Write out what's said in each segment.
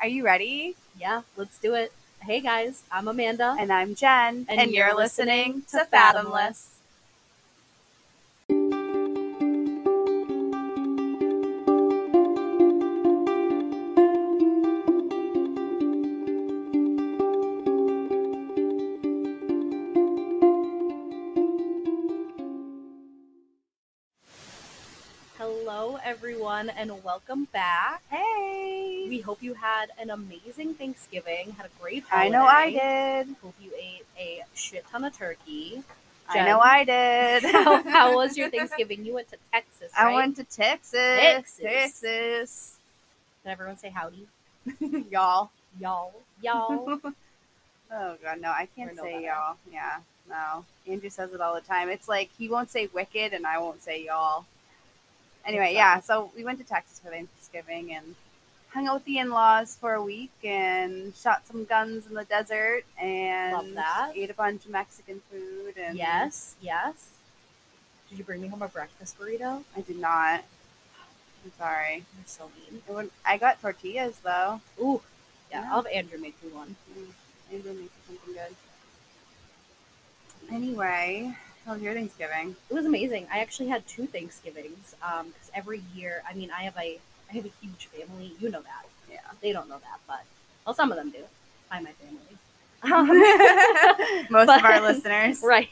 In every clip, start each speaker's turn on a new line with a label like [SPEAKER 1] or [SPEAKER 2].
[SPEAKER 1] Are you ready?
[SPEAKER 2] Yeah, let's do it. Hey guys, I'm Amanda.
[SPEAKER 1] And I'm Jen.
[SPEAKER 2] And you're listening to Fathomless. Hello, everyone, and welcome back.
[SPEAKER 1] Hey.
[SPEAKER 2] We hope you had an amazing Thanksgiving, had a great
[SPEAKER 1] I
[SPEAKER 2] holiday.
[SPEAKER 1] know I did.
[SPEAKER 2] Hope you ate a shit ton of turkey.
[SPEAKER 1] I know I did.
[SPEAKER 2] how, how was your Thanksgiving? You went to Texas,
[SPEAKER 1] I
[SPEAKER 2] right?
[SPEAKER 1] went to Texas.
[SPEAKER 2] Texas.
[SPEAKER 1] Texas.
[SPEAKER 2] Did everyone say howdy?
[SPEAKER 1] y'all.
[SPEAKER 2] Y'all. Y'all.
[SPEAKER 1] Oh god, no, I can't
[SPEAKER 2] Or no
[SPEAKER 1] say
[SPEAKER 2] better.
[SPEAKER 1] y'all. Yeah, no. Andrew says it all the time. It's like he won't say wicked and I won't say y'all. Anyway,
[SPEAKER 2] Exactly.
[SPEAKER 1] yeah, so we went to Texas for Thanksgiving and hung out with the in-laws for a week and shot some guns in the desert and
[SPEAKER 2] Love that.
[SPEAKER 1] ate a bunch of Mexican food and
[SPEAKER 2] yes, yes. Did you bring me home a breakfast burrito?
[SPEAKER 1] I did not. I'm sorry.
[SPEAKER 2] You're so mean.
[SPEAKER 1] It would- I got tortillas though.
[SPEAKER 2] Ooh. Yeah,
[SPEAKER 1] Yeah.
[SPEAKER 2] I'll have Andrew make me one.
[SPEAKER 1] Mm, Andrew makes something good. Anyway, how was your Thanksgiving?
[SPEAKER 2] it was amazing. I actually had two Thanksgivings because every year, I mean, I have a I have a huge family. You know that.
[SPEAKER 1] Yeah.
[SPEAKER 2] They don't know that, but well, some of them do. Hi, my family. Um,
[SPEAKER 1] Most of our
[SPEAKER 2] But-
[SPEAKER 1] listeners.
[SPEAKER 2] right,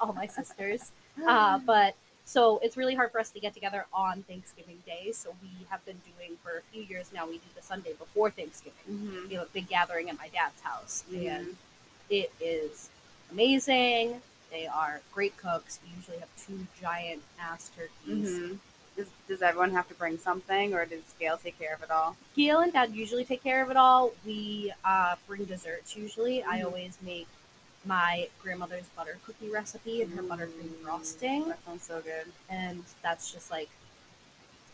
[SPEAKER 2] all my sisters. Uh, but so it's really hard for us to get together on Thanksgiving Day. So we have been doing for a few years now. We do the Sunday before Thanksgiving.
[SPEAKER 1] Mhm.
[SPEAKER 2] We have a big gathering at my dad's house, and
[SPEAKER 1] Mhm.
[SPEAKER 2] it is amazing. They are great cooks. We usually have two giant ass turkeys.
[SPEAKER 1] Mhm. Does, does everyone have to bring something, or does Gail take care of it all?
[SPEAKER 2] Gail and Dad usually take care of it all. We uh, bring desserts usually. I
[SPEAKER 1] Mhm.
[SPEAKER 2] always make my grandmother's butter cookie recipe and her buttercream
[SPEAKER 1] Mm,
[SPEAKER 2] frosting,
[SPEAKER 1] That sounds so good.
[SPEAKER 2] and that's just like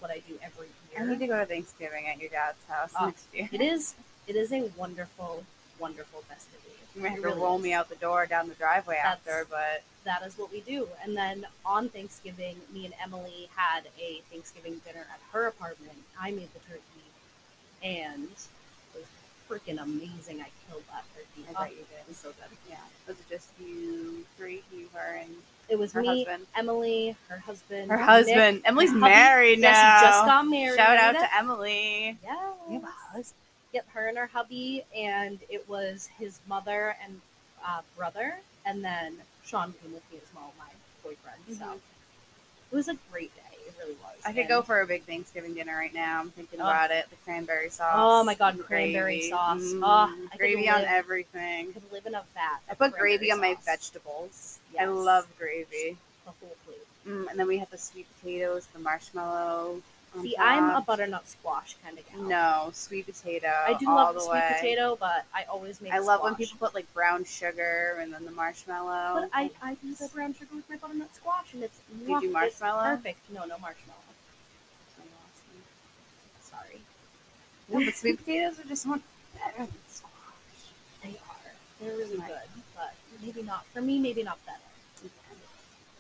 [SPEAKER 2] what I do every
[SPEAKER 1] I need
[SPEAKER 2] year.
[SPEAKER 1] to go to Thanksgiving at your dad's house
[SPEAKER 2] Oh.
[SPEAKER 1] next year.
[SPEAKER 2] It is it is a wonderful, wonderful festivity.
[SPEAKER 1] You might have
[SPEAKER 2] It
[SPEAKER 1] to
[SPEAKER 2] really
[SPEAKER 1] roll
[SPEAKER 2] is.
[SPEAKER 1] me out the door down the driveway
[SPEAKER 2] That's-
[SPEAKER 1] after, but
[SPEAKER 2] That is what we do. And then on Thanksgiving, me and Emily had a Thanksgiving dinner at her apartment. I made the turkey, and it was freaking amazing. I killed that turkey.
[SPEAKER 1] I
[SPEAKER 2] Oh,
[SPEAKER 1] bet you
[SPEAKER 2] it
[SPEAKER 1] did.
[SPEAKER 2] was so good.
[SPEAKER 1] Yeah. Was it just you three, you, her, and
[SPEAKER 2] It was
[SPEAKER 1] her
[SPEAKER 2] me,
[SPEAKER 1] husband?
[SPEAKER 2] Emily, her husband.
[SPEAKER 1] Her
[SPEAKER 2] Nick.
[SPEAKER 1] husband. Emily's
[SPEAKER 2] hubby.
[SPEAKER 1] married now.
[SPEAKER 2] Yes, he just got married.
[SPEAKER 1] Shout out to Emily.
[SPEAKER 2] Yeah.
[SPEAKER 1] You have a husband.
[SPEAKER 2] Yep, her and her hubby, and it was his mother and uh, brother, and then Sean came with me as well, my boyfriend. So
[SPEAKER 1] Mhm.
[SPEAKER 2] it was a great day. It really was.
[SPEAKER 1] I could
[SPEAKER 2] And-
[SPEAKER 1] go for a big Thanksgiving dinner right now. I'm thinking
[SPEAKER 2] Oh.
[SPEAKER 1] about it. The cranberry sauce.
[SPEAKER 2] Oh my god,
[SPEAKER 1] and
[SPEAKER 2] cranberry
[SPEAKER 1] gravy.
[SPEAKER 2] sauce.
[SPEAKER 1] Mm,
[SPEAKER 2] Oh, I could
[SPEAKER 1] gravy on
[SPEAKER 2] live- I
[SPEAKER 1] everything.
[SPEAKER 2] could live in a vat.
[SPEAKER 1] I
[SPEAKER 2] of
[SPEAKER 1] put gravy
[SPEAKER 2] cranberry
[SPEAKER 1] on my
[SPEAKER 2] sauce.
[SPEAKER 1] vegetables. I
[SPEAKER 2] Yes.
[SPEAKER 1] love gravy.
[SPEAKER 2] The whole plate.
[SPEAKER 1] Mm, and then we have the sweet potatoes, the marshmallow. on
[SPEAKER 2] See, I'm a
[SPEAKER 1] top.
[SPEAKER 2] butternut squash kind of gal.
[SPEAKER 1] No, sweet potato.
[SPEAKER 2] I do
[SPEAKER 1] all
[SPEAKER 2] love
[SPEAKER 1] the
[SPEAKER 2] the sweet
[SPEAKER 1] way.
[SPEAKER 2] potato, but I always make.
[SPEAKER 1] I love when
[SPEAKER 2] squash.
[SPEAKER 1] people put like brown sugar and then the marshmallow.
[SPEAKER 2] But I, I do the brown sugar with my butternut squash, and it's
[SPEAKER 1] you
[SPEAKER 2] not-
[SPEAKER 1] do
[SPEAKER 2] it's
[SPEAKER 1] marshmallow?
[SPEAKER 2] perfect. No, no marshmallow. Sorry,
[SPEAKER 1] No, but sweet potatoes are just one better than squash.
[SPEAKER 2] they are. They're really
[SPEAKER 1] Right.
[SPEAKER 2] good, but maybe not for me. Maybe not better.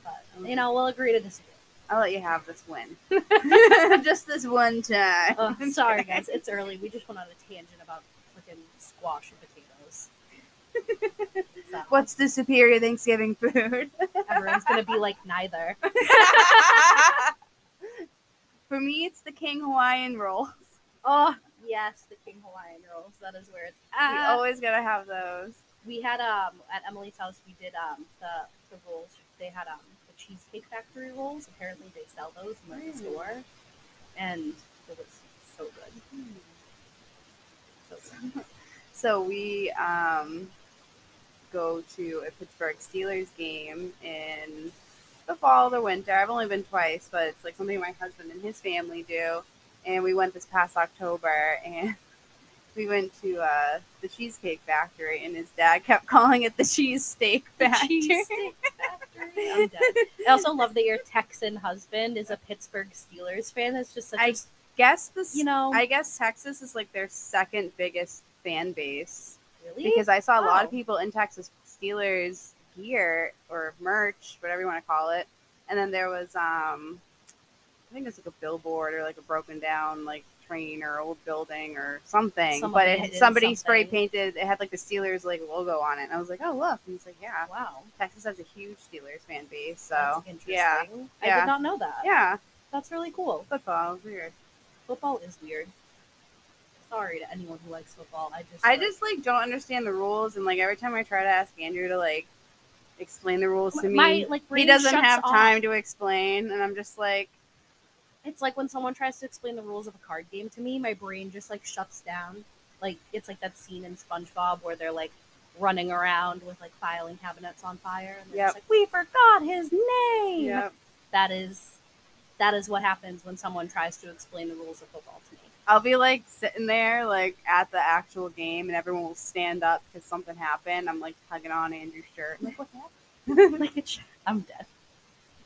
[SPEAKER 2] But
[SPEAKER 1] Okay.
[SPEAKER 2] you know, we'll agree to disagree.
[SPEAKER 1] I'll let you have this win. just this one time.
[SPEAKER 2] Oh, sorry, guys. It's early. We just went on a tangent about freaking squash and potatoes. So,
[SPEAKER 1] What's the superior Thanksgiving food?
[SPEAKER 2] everyone's gonna be like neither.
[SPEAKER 1] For me, it's the King Hawaiian rolls.
[SPEAKER 2] Oh yes, the King Hawaiian rolls. That is where it's at. oh,
[SPEAKER 1] we always gotta have those.
[SPEAKER 2] we had um at Emily's house we did um the the rolls they had um the cheesecake factory rolls apparently they sell those in the
[SPEAKER 1] Really?
[SPEAKER 2] store and it was so good so good.
[SPEAKER 1] So we um, go to a Pittsburgh Steelers game in the fall or the winter. I've only been twice, but it's like something my husband and his family do. And we went this past October, and we went to uh, the Cheesecake Factory, and his dad kept calling it the Cheesesteak Factory.
[SPEAKER 2] cheesecake factory I'm dead. I also love that your Texan husband is a Pittsburgh Steelers fan that's just such a
[SPEAKER 1] I guess this,
[SPEAKER 2] you know
[SPEAKER 1] I guess Texas is like their second biggest fan base.
[SPEAKER 2] really
[SPEAKER 1] because I saw a lot of
[SPEAKER 2] Oh.
[SPEAKER 1] people in Texas Steelers gear or merch, whatever you want to call it. And then there was, um, I think it's like a billboard or like a broken down like crane or old building or something.
[SPEAKER 2] Someone
[SPEAKER 1] but it,
[SPEAKER 2] painted
[SPEAKER 1] somebody spray
[SPEAKER 2] something.
[SPEAKER 1] painted. It had like the Steelers like logo on it, and I was like, oh look. And he's like, yeah,
[SPEAKER 2] Wow.
[SPEAKER 1] Texas has a huge Steelers fan base, so
[SPEAKER 2] That's interesting.
[SPEAKER 1] yeah,
[SPEAKER 2] I
[SPEAKER 1] yeah.
[SPEAKER 2] did not know that.
[SPEAKER 1] yeah,
[SPEAKER 2] That's really cool.
[SPEAKER 1] football is weird.
[SPEAKER 2] Football is weird. Sorry to anyone who likes football. I just
[SPEAKER 1] I
[SPEAKER 2] like-
[SPEAKER 1] just like don't understand the rules, and like every time I try to ask Andrew to like explain the rules to me,
[SPEAKER 2] my like
[SPEAKER 1] he
[SPEAKER 2] brain
[SPEAKER 1] doesn't
[SPEAKER 2] shuts
[SPEAKER 1] have
[SPEAKER 2] off.
[SPEAKER 1] time to explain, and I'm just like,
[SPEAKER 2] It's like when someone tries to explain the rules of a card game to me, my brain just like shuts down. Like it's like that scene in SpongeBob where they're like running around with like filing cabinets on fire and
[SPEAKER 1] Yep.
[SPEAKER 2] they're just like, We forgot his name.
[SPEAKER 1] yep.
[SPEAKER 2] That is that is what happens when someone tries to explain the rules of football to me.
[SPEAKER 1] I'll be like sitting there, like at the actual game, and everyone will stand up because something happened. I'm like hugging on Andrew's shirt,
[SPEAKER 2] I'm
[SPEAKER 1] like
[SPEAKER 2] like, what happened? like, it's- I'm dead.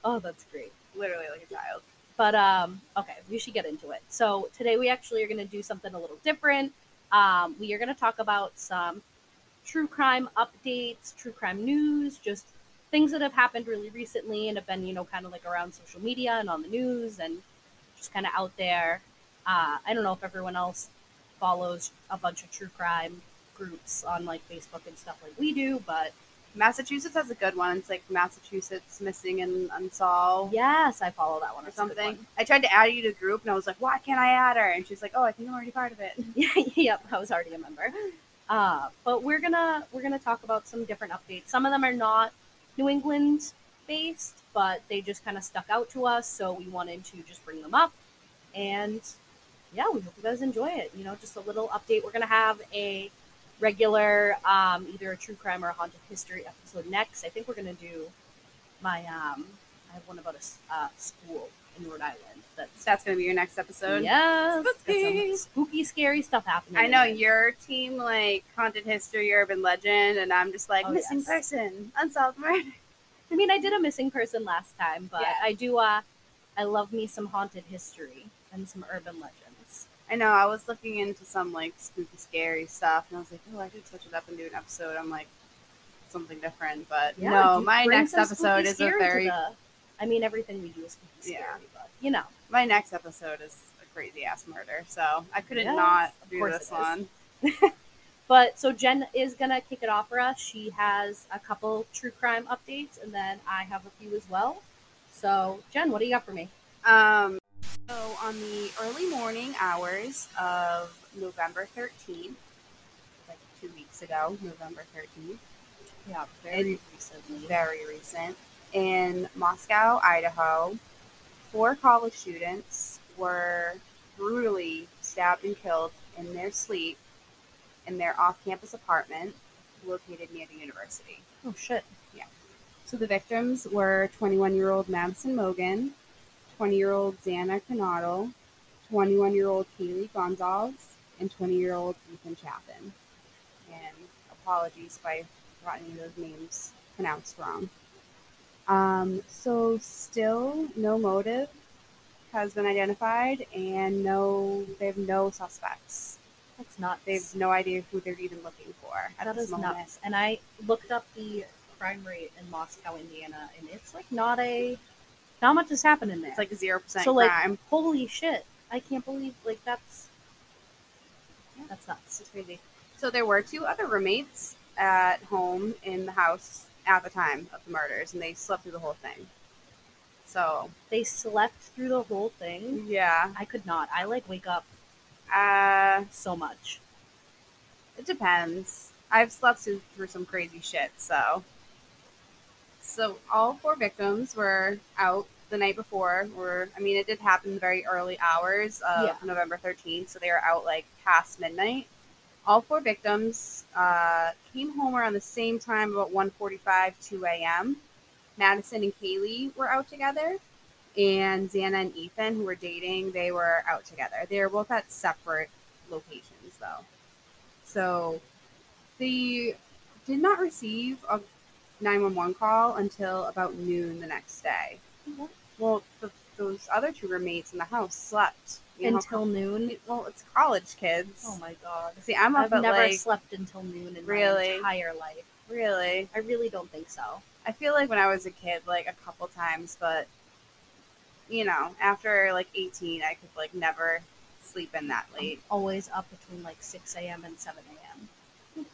[SPEAKER 2] Oh, that's great.
[SPEAKER 1] literally like a child.
[SPEAKER 2] But um, okay, we should get into it. So today we actually are going to do something a little different. Um, we are going to talk about some true crime updates, true crime news, just things that have happened really recently and have been, you know, kind of like around social media and on the news and just kind of out there. Uh, I don't know if everyone else follows a bunch of true crime groups on like Facebook and stuff like we do, but
[SPEAKER 1] Massachusetts has a good one. It's like Massachusetts missing and unsolved
[SPEAKER 2] yes, I follow that one
[SPEAKER 1] or
[SPEAKER 2] It's a good one.
[SPEAKER 1] something. I tried to add you to the group, and I was like, why can't I add her? And she's like, oh, I think I'm already part of it.
[SPEAKER 2] Yeah, yep, I was already a member. Uh, but we're gonna we're gonna talk about some different updates. Some of them are not New England based, but they just kind of stuck out to us, so we wanted to just bring them up. And yeah, we hope you guys enjoy it. You know, just a little update. We're gonna have a regular, um, either a true crime or a haunted history episode next. I think we're gonna do my um, I have one about a s- uh, school in Rhode Island. That's
[SPEAKER 1] That's gonna be your next episode.
[SPEAKER 2] yes, got
[SPEAKER 1] Spooky.
[SPEAKER 2] some spooky, scary stuff happening.
[SPEAKER 1] I
[SPEAKER 2] in
[SPEAKER 1] know
[SPEAKER 2] it.
[SPEAKER 1] your team like haunted history, urban legend, and I'm just like
[SPEAKER 2] Oh,
[SPEAKER 1] missing
[SPEAKER 2] yes.
[SPEAKER 1] person, unsolved murder.
[SPEAKER 2] I mean, I did a missing person last time, but
[SPEAKER 1] Yeah.
[SPEAKER 2] I do. Uh, I love me some haunted history and some urban legends.
[SPEAKER 1] I know. I was looking into some like spooky, scary stuff, and I was like, oh, I could switch it up and do an episode. I'm like something different, but
[SPEAKER 2] Yeah,
[SPEAKER 1] no,
[SPEAKER 2] do-
[SPEAKER 1] my
[SPEAKER 2] bring
[SPEAKER 1] next
[SPEAKER 2] some
[SPEAKER 1] episode
[SPEAKER 2] spooky
[SPEAKER 1] is a
[SPEAKER 2] scary to
[SPEAKER 1] very
[SPEAKER 2] the- I mean, everything we do is spooky,
[SPEAKER 1] Yeah.
[SPEAKER 2] scary, but you know,
[SPEAKER 1] my next episode is a crazy ass murder, so I couldn't
[SPEAKER 2] Yes,
[SPEAKER 1] not
[SPEAKER 2] of
[SPEAKER 1] do
[SPEAKER 2] course
[SPEAKER 1] this
[SPEAKER 2] it is.
[SPEAKER 1] one.
[SPEAKER 2] But so Jen is gonna kick it off for us. She has a couple true crime updates, and then I have a few as well. So Jen, what do you got for me?
[SPEAKER 1] Um, so on the early morning hours of November 13th, like two weeks ago, November 13th.
[SPEAKER 2] Yeah,
[SPEAKER 1] very
[SPEAKER 2] recently.
[SPEAKER 1] very recent. In Moscow, Idaho, four college students were brutally stabbed and killed in their sleep in their off campus apartment located near the university.
[SPEAKER 2] Oh shit.
[SPEAKER 1] So the victims were 21 year old Madison Mogan, 20 year old Zana Canadal, 21 year old Kaylee Gonzalez, and 20 year old Ethan Chapin. And apologies if I got any of those names pronounced wrong. Um, so still no motive has been identified, and no, they have no suspects.
[SPEAKER 2] That's not.
[SPEAKER 1] They have no idea who they're even looking for at
[SPEAKER 2] That
[SPEAKER 1] this
[SPEAKER 2] is
[SPEAKER 1] moment.
[SPEAKER 2] nuts. And I looked up the crime rate in Moscow, Indiana, and it's like not a not much has happened in there.
[SPEAKER 1] It's like zero percent
[SPEAKER 2] So, like,
[SPEAKER 1] crime.
[SPEAKER 2] holy shit. I can't believe like that's yeah, that's nuts.
[SPEAKER 1] It's crazy. So there were two other roommates at home in the house at the time of the murders, and they slept through the whole thing. So
[SPEAKER 2] They slept through the whole
[SPEAKER 1] Mm-hmm.
[SPEAKER 2] thing.
[SPEAKER 1] yeah,
[SPEAKER 2] I could not. I like wake up
[SPEAKER 1] uh,
[SPEAKER 2] so much.
[SPEAKER 1] it depends. I've slept through, through some crazy shit. So, so all four victims were out the night before. Were I mean, it did happen very early hours of
[SPEAKER 2] Yeah.
[SPEAKER 1] November thirteenth, so they were out like past midnight. All four victims uh, came home around the same time, about 1.45, 2 a.m. Madison and Kaylee were out together, and Xana and Ethan, who were dating, they were out together. They were both at separate locations, though. So they did not receive a 911 call until about noon the next day.
[SPEAKER 2] What?
[SPEAKER 1] Well, the, those other two roommates in the house slept. You know,
[SPEAKER 2] until noon.
[SPEAKER 1] well, it's college kids.
[SPEAKER 2] Oh my god.
[SPEAKER 1] See, I'm up
[SPEAKER 2] I've
[SPEAKER 1] at
[SPEAKER 2] never
[SPEAKER 1] like
[SPEAKER 2] slept until noon in
[SPEAKER 1] Really?
[SPEAKER 2] my entire life.
[SPEAKER 1] really.
[SPEAKER 2] I really don't think so.
[SPEAKER 1] I feel like when I was a kid, like a couple times, but you know, after like 18, I could like never sleeping that late.
[SPEAKER 2] Always up between like 6 a.m. and 7 a.m.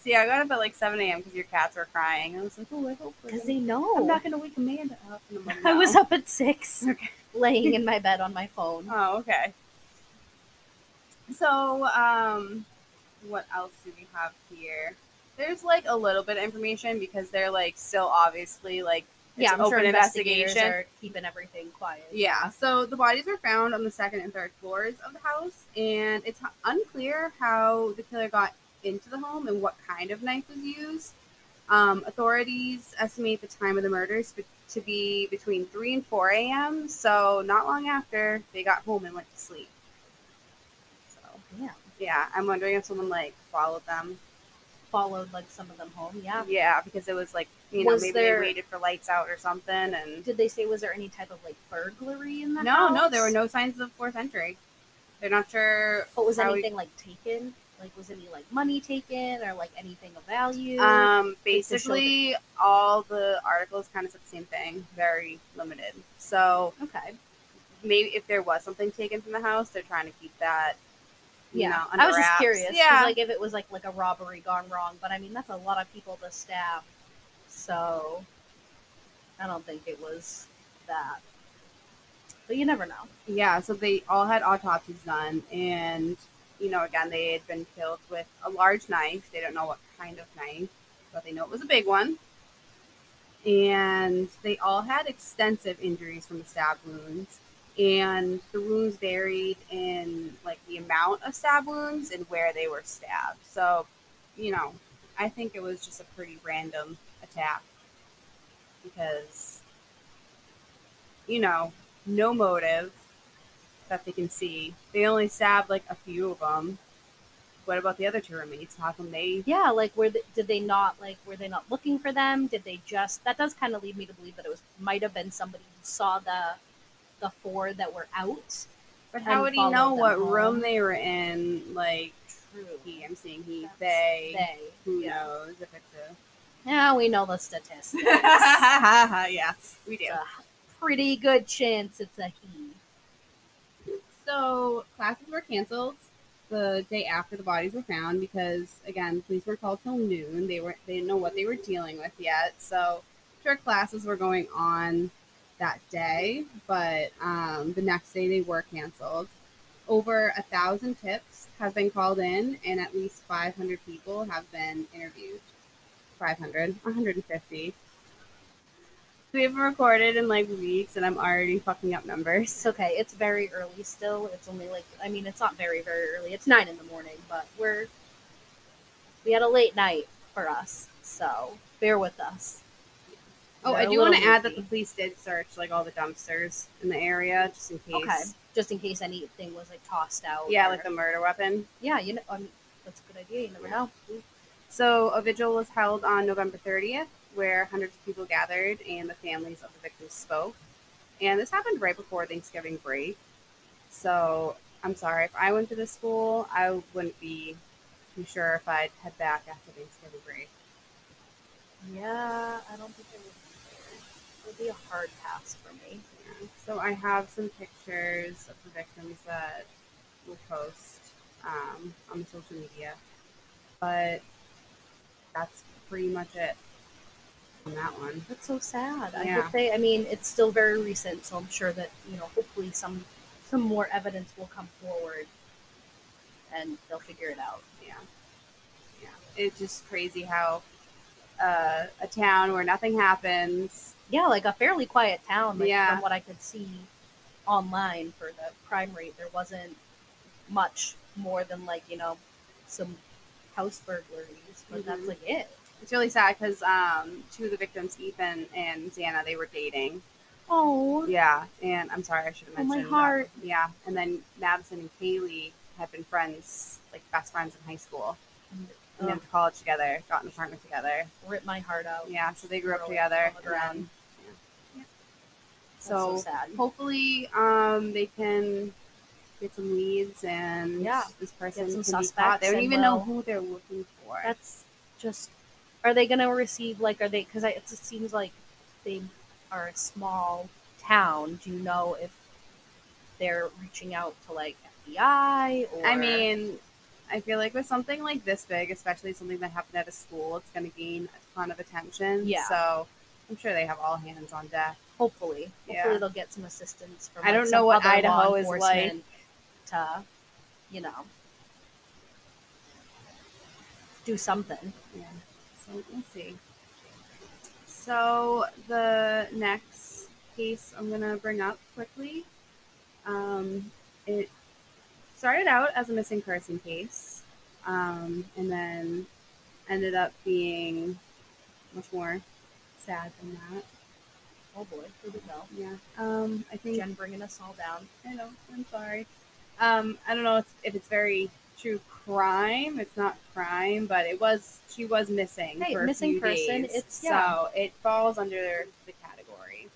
[SPEAKER 1] See, I got up at like 7 a.m. because your cats were crying. I was like, oh, I hope we're
[SPEAKER 2] Because
[SPEAKER 1] gonna-
[SPEAKER 2] they know.
[SPEAKER 1] I'm not going to wake Amanda up. And I'm like,
[SPEAKER 2] I was
[SPEAKER 1] "No."
[SPEAKER 2] up at 6,
[SPEAKER 1] Okay.
[SPEAKER 2] laying in my bed on my phone.
[SPEAKER 1] Oh, okay. So, um, what else do we have here? There's like a little bit of information because they're like still obviously like it's
[SPEAKER 2] yeah, I'm
[SPEAKER 1] open
[SPEAKER 2] sure investigators
[SPEAKER 1] investigation.
[SPEAKER 2] are keeping everything quiet.
[SPEAKER 1] Yeah, so the bodies were found on the second and third floors of the house, and it's h- unclear how the killer got into the home and what kind of knife was used. Um, authorities estimate the time of the murders be- to be between 3 and 4 a.m., so not long after they got home and went to sleep. So,
[SPEAKER 2] Yeah.
[SPEAKER 1] yeah, I'm wondering if someone like followed them.
[SPEAKER 2] Followed like some of them home. Yeah.
[SPEAKER 1] Yeah, because it was like, you know,
[SPEAKER 2] Was
[SPEAKER 1] maybe
[SPEAKER 2] there-
[SPEAKER 1] they waited for lights out or something, and
[SPEAKER 2] Did they say was there any type of like burglary in the
[SPEAKER 1] no,
[SPEAKER 2] house?
[SPEAKER 1] no, there were no signs of fourth entry. They're not sure
[SPEAKER 2] But was
[SPEAKER 1] How we-
[SPEAKER 2] anything like taken? Like was any like money taken or like anything of value?
[SPEAKER 1] Um,
[SPEAKER 2] It's a shoulder.
[SPEAKER 1] basically, all the articles kind of said the same thing, very limited. So
[SPEAKER 2] okay.
[SPEAKER 1] maybe if there was something taken from the house, they're trying to keep that. You
[SPEAKER 2] Yeah.
[SPEAKER 1] know, under
[SPEAKER 2] I was just
[SPEAKER 1] wraps.
[SPEAKER 2] curious. 'cause,
[SPEAKER 1] Yeah,
[SPEAKER 2] Like if it was like like a robbery gone wrong, but I mean that's a lot of people to stab. So I don't think it was that. But you never know.
[SPEAKER 1] yeah. So they all had autopsies done, and you know, again, they had been killed with a large knife. They don't know what kind of knife, but they know it was a big one. And they all had extensive injuries from the stab wounds. and the wounds varied in like the amount of stab wounds and where they were stabbed. So, you know, I think it was just a pretty random attack because, you know, no motive that they can see. They only stabbed like a few of them. What about the other two roommates? How come they?
[SPEAKER 2] Yeah, like were they, did they not like were they not looking for them? Did they just that does kind of lead me to believe that it was might have been somebody who saw the the four that were out.
[SPEAKER 1] But how
[SPEAKER 2] And
[SPEAKER 1] would he know
[SPEAKER 2] followed them
[SPEAKER 1] what room
[SPEAKER 2] home.
[SPEAKER 1] they were in? Like
[SPEAKER 2] True.
[SPEAKER 1] he, I'm saying he,
[SPEAKER 2] That's
[SPEAKER 1] they.
[SPEAKER 2] they.
[SPEAKER 1] Who
[SPEAKER 2] yeah.
[SPEAKER 1] knows if it's a
[SPEAKER 2] Yeah, we know the statistics. it's
[SPEAKER 1] yeah, we do.
[SPEAKER 2] a pretty good chance it's a he.
[SPEAKER 1] So classes were canceled the day after the bodies were found because again, police were called till noon. They were they didn't know what they were dealing with yet. So sure classes were going on that day, but um, the next day they were canceled. Over a thousand tips have been called in, and at least 500 people have been interviewed. 500, 150. We haven't recorded in like weeks, and I'm already fucking up numbers.
[SPEAKER 2] It's okay. It's very early still. It's only like I mean, it's not very very early. It's nine in the morning, but we're we had a late night for us, so bear with us.
[SPEAKER 1] Oh,
[SPEAKER 2] They're
[SPEAKER 1] I
[SPEAKER 2] a
[SPEAKER 1] do want to
[SPEAKER 2] little
[SPEAKER 1] add that the
[SPEAKER 2] goofy.
[SPEAKER 1] police did search like all the dumpsters in the area just in case.
[SPEAKER 2] Okay, just in case anything was like tossed out.
[SPEAKER 1] Yeah,
[SPEAKER 2] or-
[SPEAKER 1] like the murder weapon.
[SPEAKER 2] yeah, you know, I mean, that's a good idea. You never know.
[SPEAKER 1] So a vigil was held on November 30th, where hundreds of people gathered and the families of the victims spoke. And this happened right before Thanksgiving break. So I'm sorry if I went to this school, I wouldn't be too sure if I'd head back after Thanksgiving break.
[SPEAKER 2] Yeah, I don't think it would. It would be a hard pass for me.
[SPEAKER 1] So I have some pictures of the victims that we'll post um, on the social media, but that's pretty much it on that one.
[SPEAKER 2] That's so sad. I
[SPEAKER 1] Yeah.
[SPEAKER 2] hope they. I mean, it's still very recent, so I'm sure that you know. Hopefully, some some more evidence will come forward, and they'll figure it out.
[SPEAKER 1] Yeah, yeah. It's just crazy how uh, a town where nothing happens.
[SPEAKER 2] Yeah, like a fairly quiet town. Like,
[SPEAKER 1] Yeah.
[SPEAKER 2] From what I could see online for the crime rate, there wasn't much more than like you know some house burglaries, but that's
[SPEAKER 1] Mhm.
[SPEAKER 2] like it.
[SPEAKER 1] It's really sad because um, two of the victims, Ethan and Xana, they were dating.
[SPEAKER 2] Oh,
[SPEAKER 1] Yeah, and I'm sorry, I should have
[SPEAKER 2] Oh, my
[SPEAKER 1] mentioned. that.
[SPEAKER 2] heart.
[SPEAKER 1] Yeah, and then Madison and Kaylee had been friends, like best friends in high school. They
[SPEAKER 2] Oh.
[SPEAKER 1] went to college together, got an apartment together.
[SPEAKER 2] rip my heart out.
[SPEAKER 1] Yeah, so they grew up
[SPEAKER 2] Girl,
[SPEAKER 1] together.
[SPEAKER 2] on the
[SPEAKER 1] and then-
[SPEAKER 2] ground.
[SPEAKER 1] yeah.
[SPEAKER 2] That's so,
[SPEAKER 1] So,
[SPEAKER 2] sad.
[SPEAKER 1] hopefully, um, they can get some leads and
[SPEAKER 2] Yeah,
[SPEAKER 1] this person can
[SPEAKER 2] some
[SPEAKER 1] be caught. They
[SPEAKER 2] suspects
[SPEAKER 1] don't
[SPEAKER 2] and
[SPEAKER 1] even know
[SPEAKER 2] we'll-
[SPEAKER 1] who they're looking for.
[SPEAKER 2] that's just are they gonna receive like are they because it just seems like they are a small town do you know if they're reaching out to like FBI or
[SPEAKER 1] I mean, I feel like with something like this big, especially something that happened at a school, it's going to gain a ton of attention.
[SPEAKER 2] Yeah.
[SPEAKER 1] So I'm sure they have all hands on deck.
[SPEAKER 2] hopefully,
[SPEAKER 1] Yeah.
[SPEAKER 2] hopefully they'll get some assistance from.
[SPEAKER 1] I
[SPEAKER 2] like,
[SPEAKER 1] don't
[SPEAKER 2] some
[SPEAKER 1] know what
[SPEAKER 2] other law
[SPEAKER 1] Idaho is like.
[SPEAKER 2] enforcement To, you know, do something.
[SPEAKER 1] Yeah. So we'll see. So the next case I'm gonna bring up quickly, um, it started out as a missing person case, um, and then ended up being much more sad than that.
[SPEAKER 2] Oh boy, here we go.
[SPEAKER 1] Yeah. Um, I think
[SPEAKER 2] Jen bringing us all down.
[SPEAKER 1] I know. I'm sorry. Um, I don't know if, if it's very true crime. It's not crime, but it was. She was missing.
[SPEAKER 2] Hey,
[SPEAKER 1] for a
[SPEAKER 2] missing
[SPEAKER 1] few
[SPEAKER 2] person,
[SPEAKER 1] days,
[SPEAKER 2] it's-
[SPEAKER 1] so
[SPEAKER 2] yeah.
[SPEAKER 1] it falls under the category.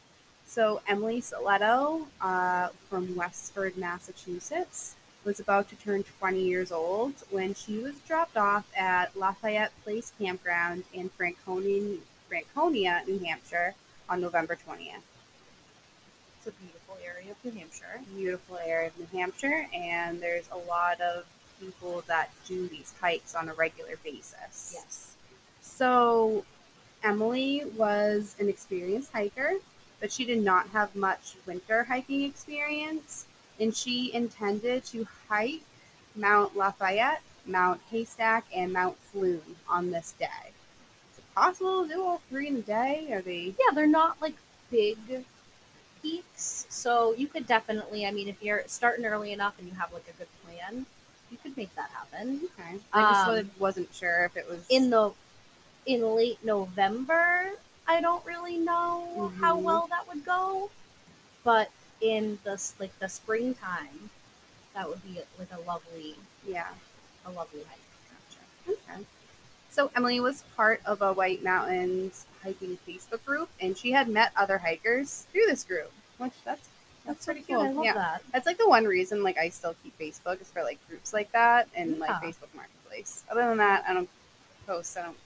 [SPEAKER 1] So Emily Stiletto uh, from Westford, Massachusetts, was about to turn 20 years old when she was dropped off at Lafayette Place Campground in Franconia, Franconia, New Hampshire, on November 20th.
[SPEAKER 2] It's a beautiful area of New Hampshire.
[SPEAKER 1] beautiful area of New Hampshire, and there's a lot of people that do these hikes on a regular basis.
[SPEAKER 2] Yes.
[SPEAKER 1] So, Emily was an experienced hiker, but she did not have much winter hiking experience, and she intended to hike Mount Lafayette, Mount Haystack, and Mount Flume on this day. Is it possible to do all three in a day? Are they?
[SPEAKER 2] Yeah, they're not like big peaks, so you could definitely. I mean, if you're starting early enough and you have like a good plan, you could make that happen.
[SPEAKER 1] Okay. I just
[SPEAKER 2] Um,
[SPEAKER 1] sort of wasn't sure if it was
[SPEAKER 2] in the in late November, I don't really know how
[SPEAKER 1] Mhm.
[SPEAKER 2] well that would go, but in the s- like the springtime, that would be like a lovely
[SPEAKER 1] yeah.
[SPEAKER 2] a lovely hike.
[SPEAKER 1] Okay. So Emily was part of a White Mountains hiking Facebook group, and she had met other hikers through this group, which that's that's, pretty
[SPEAKER 2] so cute.
[SPEAKER 1] cool.
[SPEAKER 2] I love
[SPEAKER 1] yeah,
[SPEAKER 2] that.
[SPEAKER 1] that's like the one reason like I still keep Facebook is for like groups like that and like
[SPEAKER 2] Yeah.
[SPEAKER 1] Facebook Marketplace. Other than that, I don't post. I don't